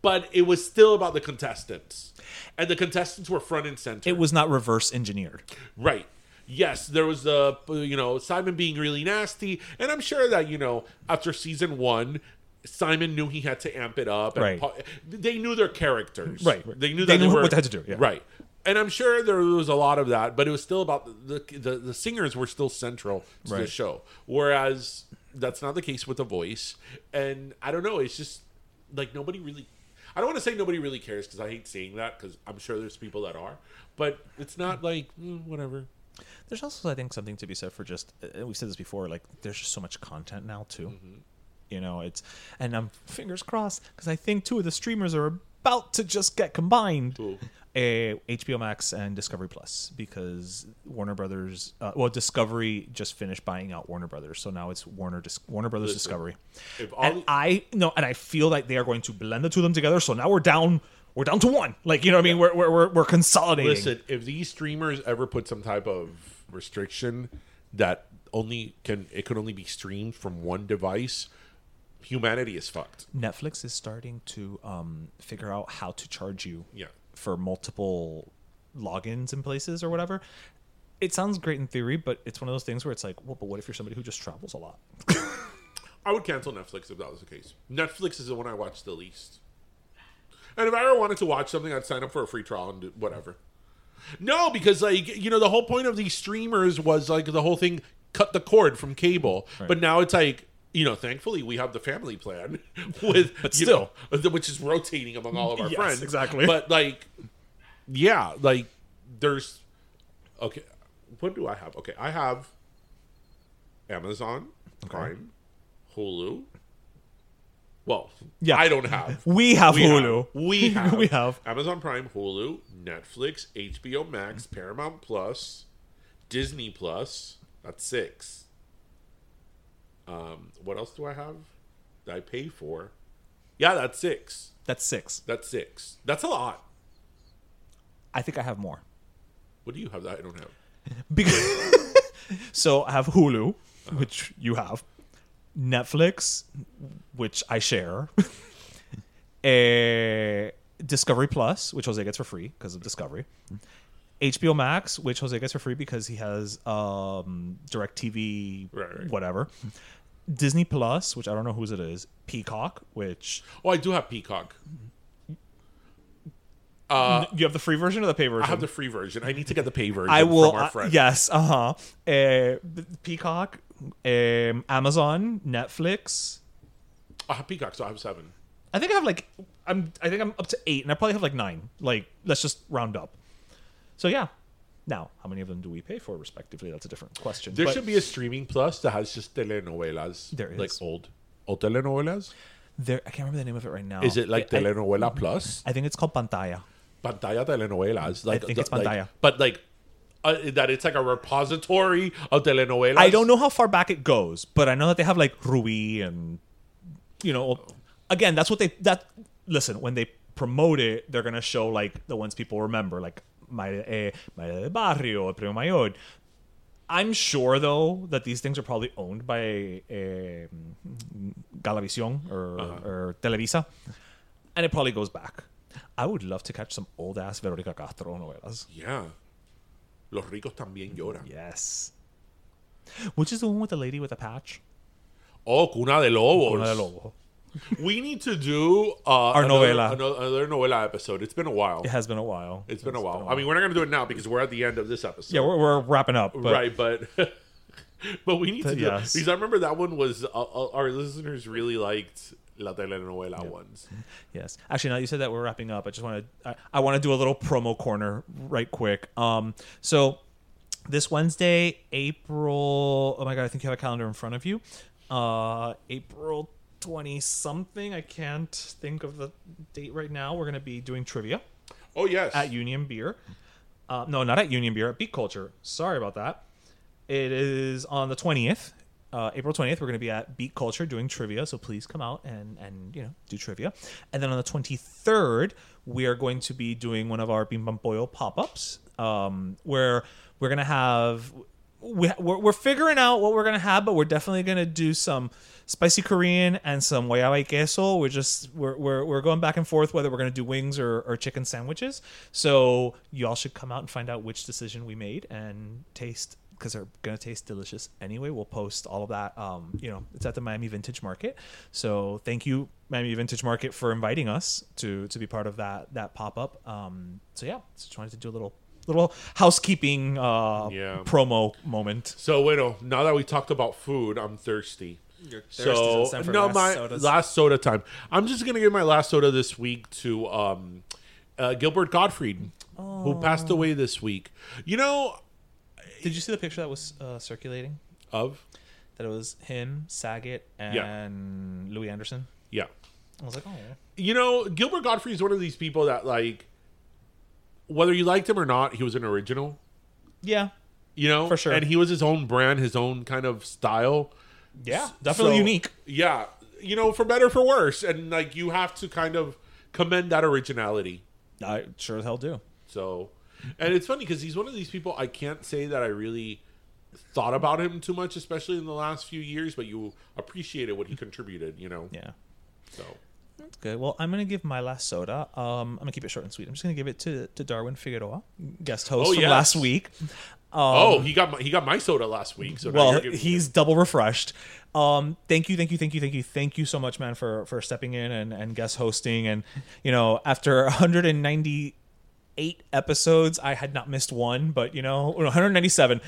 Speaker 2: but it was still about the contestants, and the contestants were front and center.
Speaker 3: it was not reverse engineered.
Speaker 2: right. Yes, there was the you know Simon being really nasty, and I'm sure that you know after season one. Simon knew he had to amp it up. And
Speaker 3: Right.
Speaker 2: pa- they knew their characters.
Speaker 3: Right, right.
Speaker 2: They knew
Speaker 3: They
Speaker 2: that
Speaker 3: knew
Speaker 2: were,
Speaker 3: what they had to do, yeah.
Speaker 2: Right. And I'm sure there was a lot of that, but it was still about the the, the singers were still central to the
Speaker 3: Right.
Speaker 2: show. Whereas that's not the case with the voice. And I don't know, it's just like nobody really I don't want to say nobody really cares because I hate saying that because I'm sure there's people that are, but it's not like mm, whatever.
Speaker 3: There's also, I think, something to be said for just uh, we said this before. Like, there's just so much content now too.
Speaker 2: Mm-hmm.
Speaker 3: You know, it's and I'm fingers crossed because I think two of the streamers are about to just get combined. Uh, HBO Max and Discovery Plus because Warner Brothers, uh, well, Discovery just finished buying out Warner Brothers, so now it's Warner Dis- Warner Brothers Discovery.
Speaker 2: if all
Speaker 3: and
Speaker 2: the-
Speaker 3: I no, and I feel like they are going to blend the two of them together. So now we're down, we're down to one. Like you know, what I mean, we're we're we're, we're consolidating.
Speaker 2: Listen, if these streamers ever put some type of restriction that only can it could only be streamed from one device, humanity is fucked.
Speaker 3: Netflix is starting to um, figure out how to charge you
Speaker 2: Yeah.
Speaker 3: for multiple logins and places or whatever. It sounds great in theory, but it's one of those things where it's like, well, but what if you're somebody who just travels a lot?
Speaker 2: I would cancel Netflix if that was the case. Netflix is the one I watch the least. And if I ever wanted to watch something, I'd sign up for a free trial and do whatever. No, because like you know, the whole point of these streamers was like the whole thing cut the cord from cable. But now it's like you know, thankfully we have the family plan <laughs> with, but
Speaker 3: still.
Speaker 2: which is rotating among all of our
Speaker 3: Yes,
Speaker 2: friends.
Speaker 3: exactly.
Speaker 2: But like, yeah, like there's okay. What do I have? Okay, I have Amazon Prime, Hulu. Well,
Speaker 3: Yeah.
Speaker 2: I don't have.
Speaker 3: <laughs> We have
Speaker 2: We
Speaker 3: Hulu.
Speaker 2: have- we have.
Speaker 3: <laughs> we have.
Speaker 2: Amazon Prime, Hulu, Netflix, HBO Max, Paramount Plus, Disney Plus. That's six. Um, what else do I have that I pay for? Yeah, that's six.
Speaker 3: That's six.
Speaker 2: That's six. That's a lot.
Speaker 3: I think I have more.
Speaker 2: What do you have that I don't have?
Speaker 3: Because <laughs> so I have Hulu, which you have, Netflix, which I share, <laughs> eh, a Discovery Plus, which Jose gets for free because of Discovery, HBO Max, which Jose gets for free because he has um, Direct TV,
Speaker 2: Right, right.
Speaker 3: whatever. Disney Plus, which I don't know whose it is. Peacock, which
Speaker 2: Oh, I do have Peacock.
Speaker 3: you have the free version or the pay version.
Speaker 2: Uh, I have the free version. I need to get the pay version
Speaker 3: I will.
Speaker 2: from our
Speaker 3: uh,
Speaker 2: friend.
Speaker 3: yes. Uh-huh. Uh Peacock, um, Amazon, Netflix.
Speaker 2: I have Peacock, so I have seven.
Speaker 3: I think I have like I'm. I think I'm up to eight, and I probably have like nine. Like let's just round up. So yeah. Now, how many of them do we pay for respectively? That's a different question.
Speaker 2: There
Speaker 3: But
Speaker 2: should be a streaming plus that has just telenovelas.
Speaker 3: There
Speaker 2: Like
Speaker 3: is.
Speaker 2: old. Old telenovelas?
Speaker 3: there. I can't remember the name of it right now.
Speaker 2: Is it like
Speaker 3: Oh. I, Mm-hmm. I,
Speaker 2: telenovela plus?
Speaker 3: I think it's called Pantalla.
Speaker 2: Pantalla telenovelas. Like,
Speaker 3: think it's
Speaker 2: like-
Speaker 3: pantalla.
Speaker 2: but like uh, that it's like a repository of telenovelas.
Speaker 3: I don't know how far back it goes, but I know that they have like Rui and you know again, that's what they that listen, when they promote it, they're gonna show like the ones people remember, like my eh, my del barrio, El primo mayor. I'm sure though that these things are probably owned by eh, Galavision or, or Televisa, and it probably goes back. I would love to catch some old ass Veronica Castro novelas.
Speaker 2: Yeah. Los ricos también lloran.
Speaker 3: Yes. Which is the one with the lady with the patch?
Speaker 2: Oh, Cuna de Lobos.
Speaker 3: Una de Lobo.
Speaker 2: We need to do uh, our
Speaker 3: novela.
Speaker 2: Another, another novela episode. It's been a while.
Speaker 3: It has been a while.
Speaker 2: It's been a while. I mean, we're not going to do it now because we're at the end of this episode.
Speaker 3: yeah, we're, we're wrapping up. But
Speaker 2: right, but <laughs> but we need to
Speaker 3: But
Speaker 2: do
Speaker 3: yes.
Speaker 2: because I remember that one was uh, uh, our listeners really liked la telenovela ones.
Speaker 3: Yes, actually, now you said that we're wrapping up. I just want to I, I want to do a little promo corner right quick. Um, so this Wednesday, April. Oh my god, I think you have a calendar in front of you. Uh, April twenty something. I can't think of the date right now. We're gonna be doing trivia.
Speaker 2: Oh yes,
Speaker 3: at Union Beer. Uh, no, not at Union Beer, at Beat Culture. Sorry about that. It is on the 20th, uh, April 20th. We're going to be at Beat Culture doing trivia, so please come out and, and you know, do trivia. And then on the 23rd, we are going to be doing one of our Bim Bam Pollo pop-ups um, where we're going to have... We, we're, we're figuring out what we're going to have, but we're definitely going to do some spicy Korean and some guayaba y queso. We're just we're, we're, we're going back and forth whether we're going to do wings or, or chicken sandwiches. So y'all should come out and find out which decision we made and taste because they're going to taste delicious anyway. We'll post all of that. Um, you know, it's at the Miami Vintage Market. So thank you, Miami Vintage Market, for inviting us to to be part of that that pop up. Um, so yeah, just wanted to do a little little housekeeping uh,
Speaker 2: Yeah.
Speaker 3: promo moment.
Speaker 2: So, bueno, now that we talked about food, I'm thirsty. You're
Speaker 3: thirsty, it's time for last
Speaker 2: my
Speaker 3: sodas.
Speaker 2: last soda time. I'm just gonna give my last soda this week to um, uh, Gilbert Gottfried, who passed away this week. You know
Speaker 3: Did you see the picture that was uh, circulating?
Speaker 2: of
Speaker 3: That it was him, Saget, and
Speaker 2: Yeah.
Speaker 3: Louis Anderson.
Speaker 2: yeah.
Speaker 3: I was like, oh,
Speaker 2: You know Gilbert Gottfried is one of these people that like, whether you liked him or not, he was an original.
Speaker 3: yeah,
Speaker 2: You know,
Speaker 3: For sure.
Speaker 2: And he was his own brand, his own kind of style.
Speaker 3: yeah, definitely
Speaker 2: So,
Speaker 3: unique.
Speaker 2: Yeah, you know, for better or for worse, and like you have to kind of commend that originality.
Speaker 3: I sure as hell do.
Speaker 2: So, and it's funny because he's one of these people I can't say that I really thought about him too much, especially in the last few years. But you appreciated what he contributed, you know.
Speaker 3: Yeah,
Speaker 2: So
Speaker 3: that's good. Well, I'm gonna give my last soda. Um, I'm gonna keep it short and sweet. I'm just gonna give it to to Darwin Figueroa, guest host
Speaker 2: Oh,
Speaker 3: from
Speaker 2: yes.
Speaker 3: last week.
Speaker 2: oh, he got my, he got my soda last week. So now
Speaker 3: Um, well
Speaker 2: you're giving me
Speaker 3: he's double refreshed um thank you thank you thank you thank you thank you so much man for for stepping in and and guest hosting and you know after 198 episodes i had not missed one but you know no, 197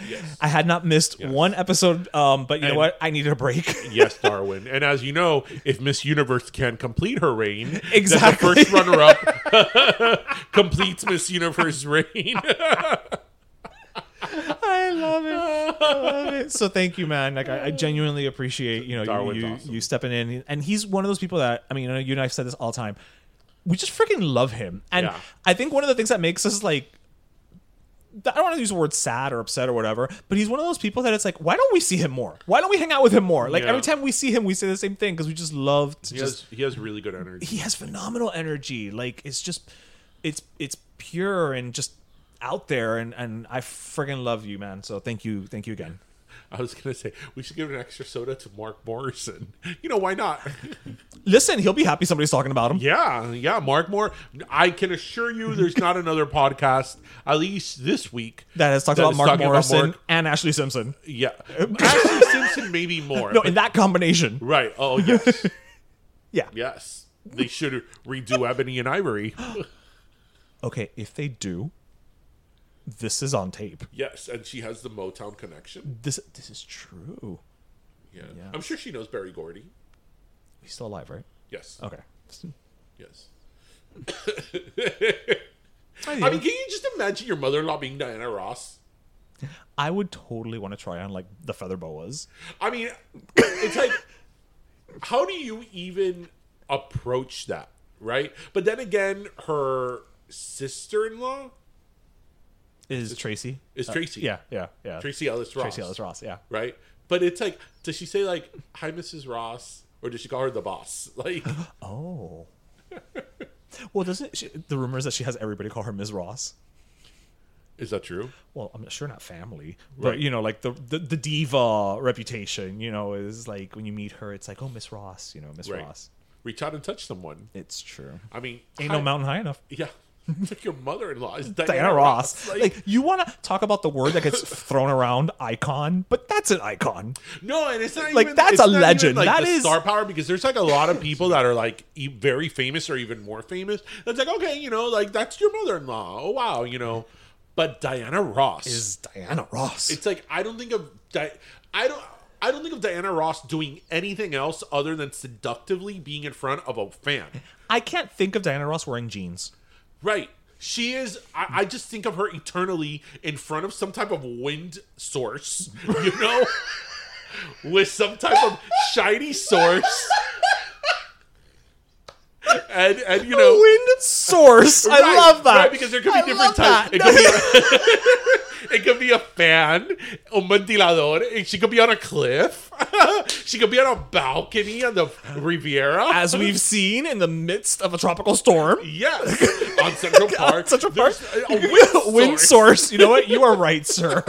Speaker 3: i had not missed one episode um but you know what i needed a break <laughs>
Speaker 2: it. yes, Darwin. And as you know, if Miss Universe can complete her reign, then
Speaker 3: Exactly.
Speaker 2: the first runner up <laughs> completes Miss Universe
Speaker 3: <laughs>
Speaker 2: reign.
Speaker 3: I love it. I love it. So thank you, man. Like I, I genuinely appreciate you know
Speaker 2: Darwin's
Speaker 3: you you,
Speaker 2: awesome.
Speaker 3: you stepping in, and he's one of those people that I mean, you, know, you and I've said this all the time. We just freaking love him, and
Speaker 2: Yeah.
Speaker 3: I think one of the things that makes us like. I don't want to use the word sad or upset or whatever, but he's one of those people that it's like, why don't we see him more? Why don't we hang out with him more? Like
Speaker 2: Yeah.
Speaker 3: every time we see him, we say the same thing because we just love to
Speaker 2: He
Speaker 3: just
Speaker 2: has he has really good energy.
Speaker 3: he has phenomenal energy. Like it's just, it's it's pure and just out there. And and I friggin' love you, man. So thank you, thank you again.
Speaker 2: I was gonna say we should give an extra soda to Mark Morrison. You know why not?
Speaker 3: Listen, he'll be happy somebody's talking about him.
Speaker 2: yeah, yeah. Mark Moore. I can assure you, there's not another podcast, at least this week,
Speaker 3: That has talked about
Speaker 2: is
Speaker 3: Mark
Speaker 2: talking
Speaker 3: Morrison
Speaker 2: Mark-
Speaker 3: and Ashley Simpson.
Speaker 2: Yeah, Ashley Simpson, maybe more.
Speaker 3: <laughs> No,
Speaker 2: but-
Speaker 3: in that combination.
Speaker 2: right. Oh yes,
Speaker 3: Yeah.
Speaker 2: yes. They should redo Ebony and Ivory. <gasps>
Speaker 3: Okay, if they do, this is on tape.
Speaker 2: Yes, and she has the Motown connection.
Speaker 3: This this is true.
Speaker 2: Yeah, I'm sure she knows Barry Gordy.
Speaker 3: He's still alive, right?
Speaker 2: Yes.
Speaker 3: Okay.
Speaker 2: Yes. I mean, can you just imagine your mother-in-law being Diana Ross?
Speaker 3: I would totally want to try on like the feather boas.
Speaker 2: I mean, it's
Speaker 3: <laughs>
Speaker 2: like, how do you even approach that, right? But then again, her sister-in-law
Speaker 3: Is Tracy?
Speaker 2: is Tracy.
Speaker 3: Uh, Yeah, yeah, yeah.
Speaker 2: Tracy Ellis Ross.
Speaker 3: Tracy Ellis Ross. Yeah.
Speaker 2: Right. But it's like, does she say like, "Hi, Mrs. Ross," or does she call her the boss? <laughs>
Speaker 3: <laughs>
Speaker 2: Like,
Speaker 3: Oh. well, doesn't she, the rumor is that she has everybody call her Ms. Ross?
Speaker 2: is that true?
Speaker 3: Well, I'm sure not family, but you know, like the, the the diva reputation, you know, is like when you meet her, it's like, oh, Miss Ross, you know, Miss
Speaker 2: Right.
Speaker 3: Ross.
Speaker 2: Reach out and touch someone.
Speaker 3: It's true.
Speaker 2: I mean,
Speaker 3: Ain't
Speaker 2: hi-
Speaker 3: no mountain high enough.
Speaker 2: Yeah. <laughs> It's like your mother-in-law is Diana,
Speaker 3: Diana Ross. <laughs>
Speaker 2: Like,
Speaker 3: Like, you want to talk about the word that gets thrown around, icon, but that's an icon.
Speaker 2: no, and it's not
Speaker 3: Like,
Speaker 2: even,
Speaker 3: that's
Speaker 2: it's
Speaker 3: a
Speaker 2: not even,
Speaker 3: legend.
Speaker 2: like,
Speaker 3: That
Speaker 2: the
Speaker 3: is-
Speaker 2: star power because there's like a lot of people that are like e- very famous or even more famous. It's like okay, you know, like that's your mother-in-law. Oh wow, you know, but Diana Ross
Speaker 3: Is Diana Ross?
Speaker 2: It's like I don't think of Di- I don't. I don't think of Diana Ross doing anything else other than seductively being in front of a fan.
Speaker 3: I can't think of Diana Ross wearing jeans.
Speaker 2: Right. She is. I, I just think of her eternally in front of some type of wind source, you
Speaker 3: <laughs>
Speaker 2: know, with some type of shiny source. And, and you know,
Speaker 3: Wind source. I
Speaker 2: Right,
Speaker 3: love that.
Speaker 2: Right, because there could be
Speaker 3: I
Speaker 2: different
Speaker 3: love
Speaker 2: types.
Speaker 3: that.
Speaker 2: It,
Speaker 3: No,
Speaker 2: could be a, <laughs> it could be a fan, un ventilador. and She could be on a cliff. <laughs> she could be on a balcony on the Riviera.
Speaker 3: As we've seen in the midst of a tropical storm.
Speaker 2: yes, on
Speaker 3: <laughs>
Speaker 2: Central Park.
Speaker 3: Such a part.
Speaker 2: There's
Speaker 3: <laughs>
Speaker 2: a wind,
Speaker 3: Wind source. You know what? You are right, <laughs> sir.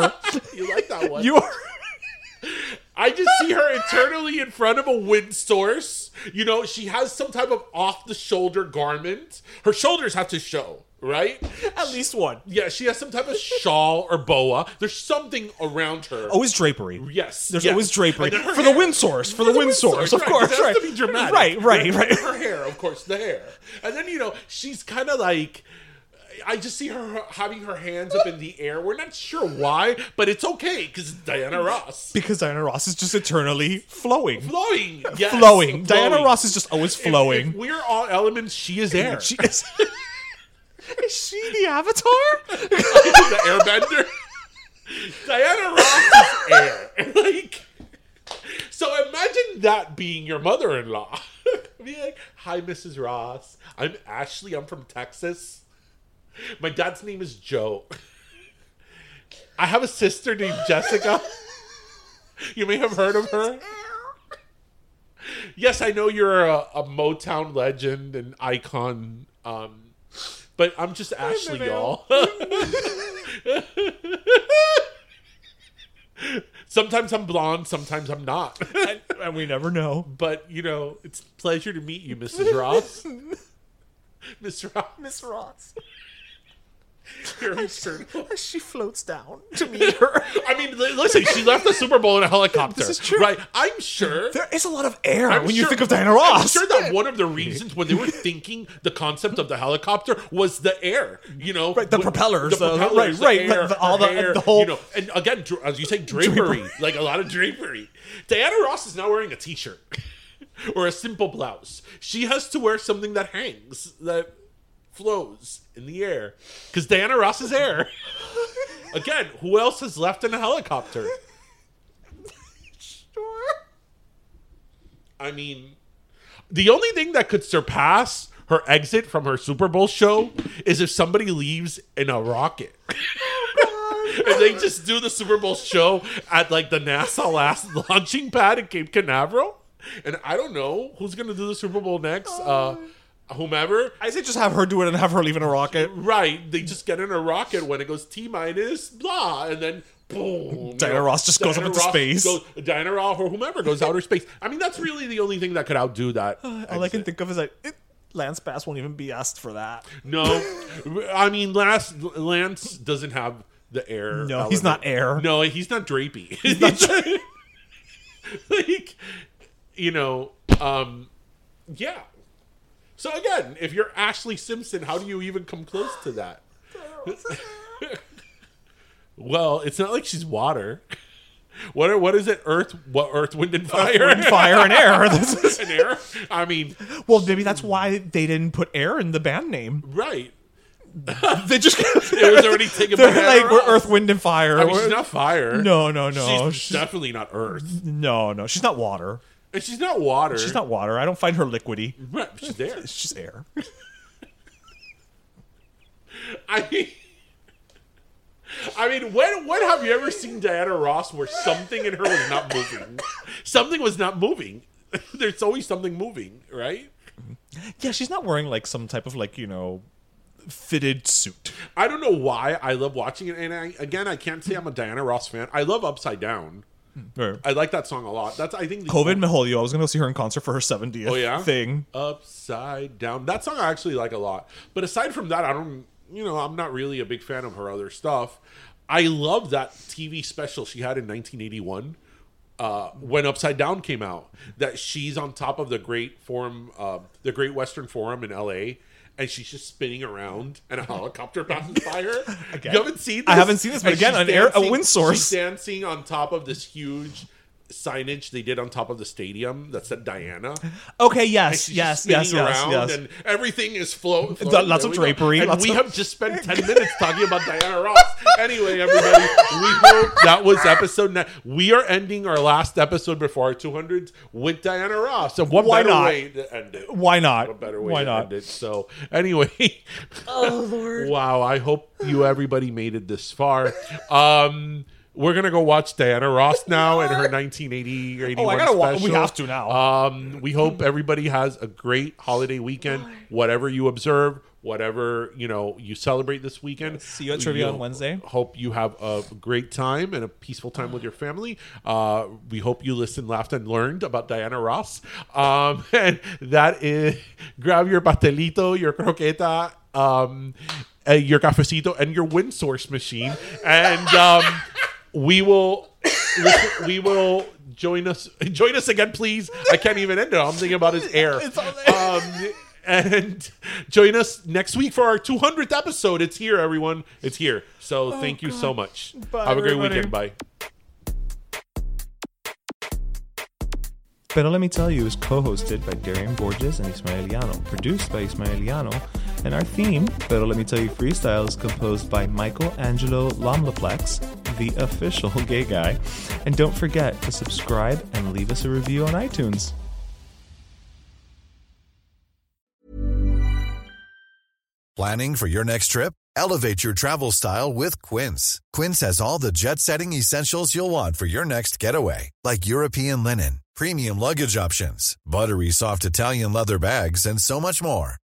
Speaker 2: You like that one?
Speaker 3: You are.
Speaker 2: I just see her eternally in front of a wind source. You know, she has some type of off-the-shoulder garment. Her shoulders have to show, right?
Speaker 3: At least one.
Speaker 2: Yeah, she has some type of shawl or boa. There's something around her.
Speaker 3: Always drapery.
Speaker 2: Yes,
Speaker 3: Oh, There's
Speaker 2: yes.
Speaker 3: always drapery.
Speaker 2: And then her
Speaker 3: For the
Speaker 2: hair.
Speaker 3: wind source. For the wind source, of
Speaker 2: right.
Speaker 3: course.
Speaker 2: It has
Speaker 3: right.
Speaker 2: to be dramatic.
Speaker 3: Right, right, right.
Speaker 2: Her hair, of course, the hair. And then, you know, she's kind of like. I just see her having her hands up in the air. We're not sure why, but it's okay because Diana Ross.
Speaker 3: Because Diana Ross is just eternally flowing.
Speaker 2: Flowing. Yes,
Speaker 3: flowing. Diana Ross is just always
Speaker 2: If- if
Speaker 3: flowing.
Speaker 2: we're all elements. She is air.
Speaker 3: She is. <laughs> is she the avatar?
Speaker 2: the airbender. <laughs> Diana Ross is air. <laughs> Like, so imagine that being your mother in law. <laughs> Be like, hi, Mrs. Ross. I'm Ashley. I'm from Texas. My dad's name is Joe. <laughs> I have a sister named Jessica. <laughs> You may have heard of her. Yes, I know you're a, a Motown legend and icon, um, but I'm just Ashley, y'all. sometimes I'm blonde, sometimes I'm not.
Speaker 3: <laughs> and, and we never know.
Speaker 2: <laughs> but you know, it's a pleasure to
Speaker 3: <laughs>
Speaker 2: meet you, Mrs. Ross. Miss Ross,
Speaker 3: Miss Ross.
Speaker 2: you're hysterical.
Speaker 3: As she floats down
Speaker 2: <laughs>
Speaker 3: to meet her.
Speaker 2: I mean, li- listen, she left the Super Bowl in a helicopter.
Speaker 3: This is true.
Speaker 2: right? I'm sure.
Speaker 3: There is a lot of air
Speaker 2: I'm
Speaker 3: when you
Speaker 2: sure-
Speaker 3: think of Diana Ross.
Speaker 2: I'm sure that one of the reasons when they were thinking the concept of the helicopter was the air, you know,
Speaker 3: Right, the
Speaker 2: With-
Speaker 3: propellers,
Speaker 2: the
Speaker 3: the-
Speaker 2: propellers,
Speaker 3: right,
Speaker 2: the
Speaker 3: right,
Speaker 2: air,
Speaker 3: the- all
Speaker 2: her
Speaker 3: the-
Speaker 2: hair,
Speaker 3: the whole-
Speaker 2: you know, and again, dra- as you say, drapery, like a lot of drapery. Diana Ross is not wearing a t-shirt or a simple blouse. She has to wear something that hangs, that flows in the air, because Diana Ross is air. again, who else has left in a helicopter? I mean, the only thing that could surpass her exit from her Super Bowl show is if somebody leaves in a rocket. and they just do the Super Bowl show at like the NASA last <laughs> launching pad in Cape Canaveral. And I don't know who's going to do the Super Bowl next. Uh, whomever.
Speaker 3: I say just have her do it and have her leave in a rocket.
Speaker 2: Right. They just get in a rocket when it goes T minus, blah. And then boom.
Speaker 3: Diana
Speaker 2: you know,
Speaker 3: Ross just goes up into space.
Speaker 2: goes- Diana Ross or whomever goes outer space. I mean, that's really the only thing that could outdo that.
Speaker 3: All I can
Speaker 2: exit.
Speaker 3: think of is like it, Lance Bass won't even be asked for that.
Speaker 2: No, I mean, last Lance doesn't have the air.
Speaker 3: No, he's not air.
Speaker 2: No, he's not drapey. <laughs> like, you know, um, yeah. So again, if you're Ashley Simpson, how do you even come close to that? <laughs> well, it's not like she's water. <laughs> What are, what is it? Earth, what Earth, wind, and fire,
Speaker 3: Wind,
Speaker 2: <laughs>
Speaker 3: fire, and air. <laughs> This is-
Speaker 2: and air. I mean,
Speaker 3: well, maybe that's why they didn't put air in the
Speaker 2: <laughs>
Speaker 3: band name.
Speaker 2: right?
Speaker 3: They just <laughs>
Speaker 2: <laughs> It was already taken.
Speaker 3: they're
Speaker 2: by Diana
Speaker 3: like we're
Speaker 2: Ross."
Speaker 3: Earth, Wind, and Fire.
Speaker 2: I mean,
Speaker 3: We're-
Speaker 2: she's not fire.
Speaker 3: No, no, no.
Speaker 2: She's,
Speaker 3: She's-
Speaker 2: definitely not earth.
Speaker 3: no, no, she's not water.
Speaker 2: And she's not water.
Speaker 3: She's not water. I don't find her liquidy.
Speaker 2: Right, she's
Speaker 3: <laughs>
Speaker 2: there.
Speaker 3: It's
Speaker 2: <laughs>
Speaker 3: just air.
Speaker 2: <laughs> I mean, I mean, when when have you ever seen Diana Ross where something in her was not moving? Something was not moving. <laughs> There's always something moving, right?
Speaker 3: Yeah, she's not wearing like some type of like you know fitted suit.
Speaker 2: I don't know why I love watching it. And I, again, I can't say I'm a Diana Ross fan. I love Upside Down. I like that song a lot. That's I think the
Speaker 3: COVID Miholyo. I was gonna go see her in concert for her 70th
Speaker 2: Oh, yeah?
Speaker 3: thing.
Speaker 2: upside down that song i actually like a lot but aside from that i don't you know i'm not really a big fan of her other stuff i love that tv special she had in 1981 uh, when upside down came out that she's on top of the great forum uh, the great western forum in la and she's just spinning around and a helicopter mountain fire you haven't seen this?
Speaker 3: <laughs> I haven't seen this, but
Speaker 2: And
Speaker 3: again,
Speaker 2: she's
Speaker 3: an air- a
Speaker 2: dancing-
Speaker 3: wind source.
Speaker 2: she's dancing on top of this huge signage they did on top of the stadium that said
Speaker 3: <laughs>
Speaker 2: diana
Speaker 3: Okay,
Speaker 2: and
Speaker 3: yes,
Speaker 2: she's
Speaker 3: yes,
Speaker 2: just
Speaker 3: yes,
Speaker 2: spinning
Speaker 3: yes,
Speaker 2: around
Speaker 3: yes.
Speaker 2: And everything is flow. floating.
Speaker 3: lots
Speaker 2: There
Speaker 3: of
Speaker 2: we go.
Speaker 3: drapery,
Speaker 2: And
Speaker 3: lots
Speaker 2: we
Speaker 3: of-
Speaker 2: have just spent
Speaker 3: <laughs>
Speaker 2: ten minutes talking about Diana Ross. Anyway, everybody, we hope that was episode nine. We are ending our last episode before our two hundreds with Diana Ross. So what
Speaker 3: Why
Speaker 2: better
Speaker 3: not?
Speaker 2: way to end it?
Speaker 3: Why not?
Speaker 2: What better way
Speaker 3: Why
Speaker 2: to
Speaker 3: not?
Speaker 2: end it? So anyway, <laughs> oh lord, wow! I hope you everybody made it this far. Um. We're gonna go watch Diana Ross now <laughs> and her 1980 or 81
Speaker 3: Oh, I gotta watch.
Speaker 2: special.
Speaker 3: We have to now.
Speaker 2: Um, we hope everybody has a great holiday weekend. Whatever you observe, whatever you know, you celebrate this weekend.
Speaker 3: See you at trivia on Wednesday.
Speaker 2: Hope you have a great time and a peaceful time with your family. Uh, we hope you listened, laughed, and learned about Diana Ross. Um, <laughs> and that is grab your pastelito, your croqueta, um, uh, your cafecito, and your wind source machine. And um, we will. <coughs> listen- we will join us. <laughs> Join us again, please. I can't even end it. All I'm thinking about is air. Um, and join us next week for our 200th episode. It's here, everyone. It's here. So thank you so much.
Speaker 3: Oh, Bye,
Speaker 2: Have a great
Speaker 3: everybody.
Speaker 2: weekend. Bye.
Speaker 6: Pero Let Me Tell You is co hosted by Darian Borges and Ismaeliano, produced by Ismaeliano, and our theme, Pero Let Me Tell You Freestyle, is composed by Michael Angelo Lomlaplex, the official <laughs> gay guy. And don't forget to subscribe and leave us a review on iTunes.
Speaker 7: Planning for your next trip? Elevate your travel style with Quince. Quince has all the jet setting essentials you'll want for your next getaway, like European linen, premium luggage options, buttery soft Italian leather bags, and so much more.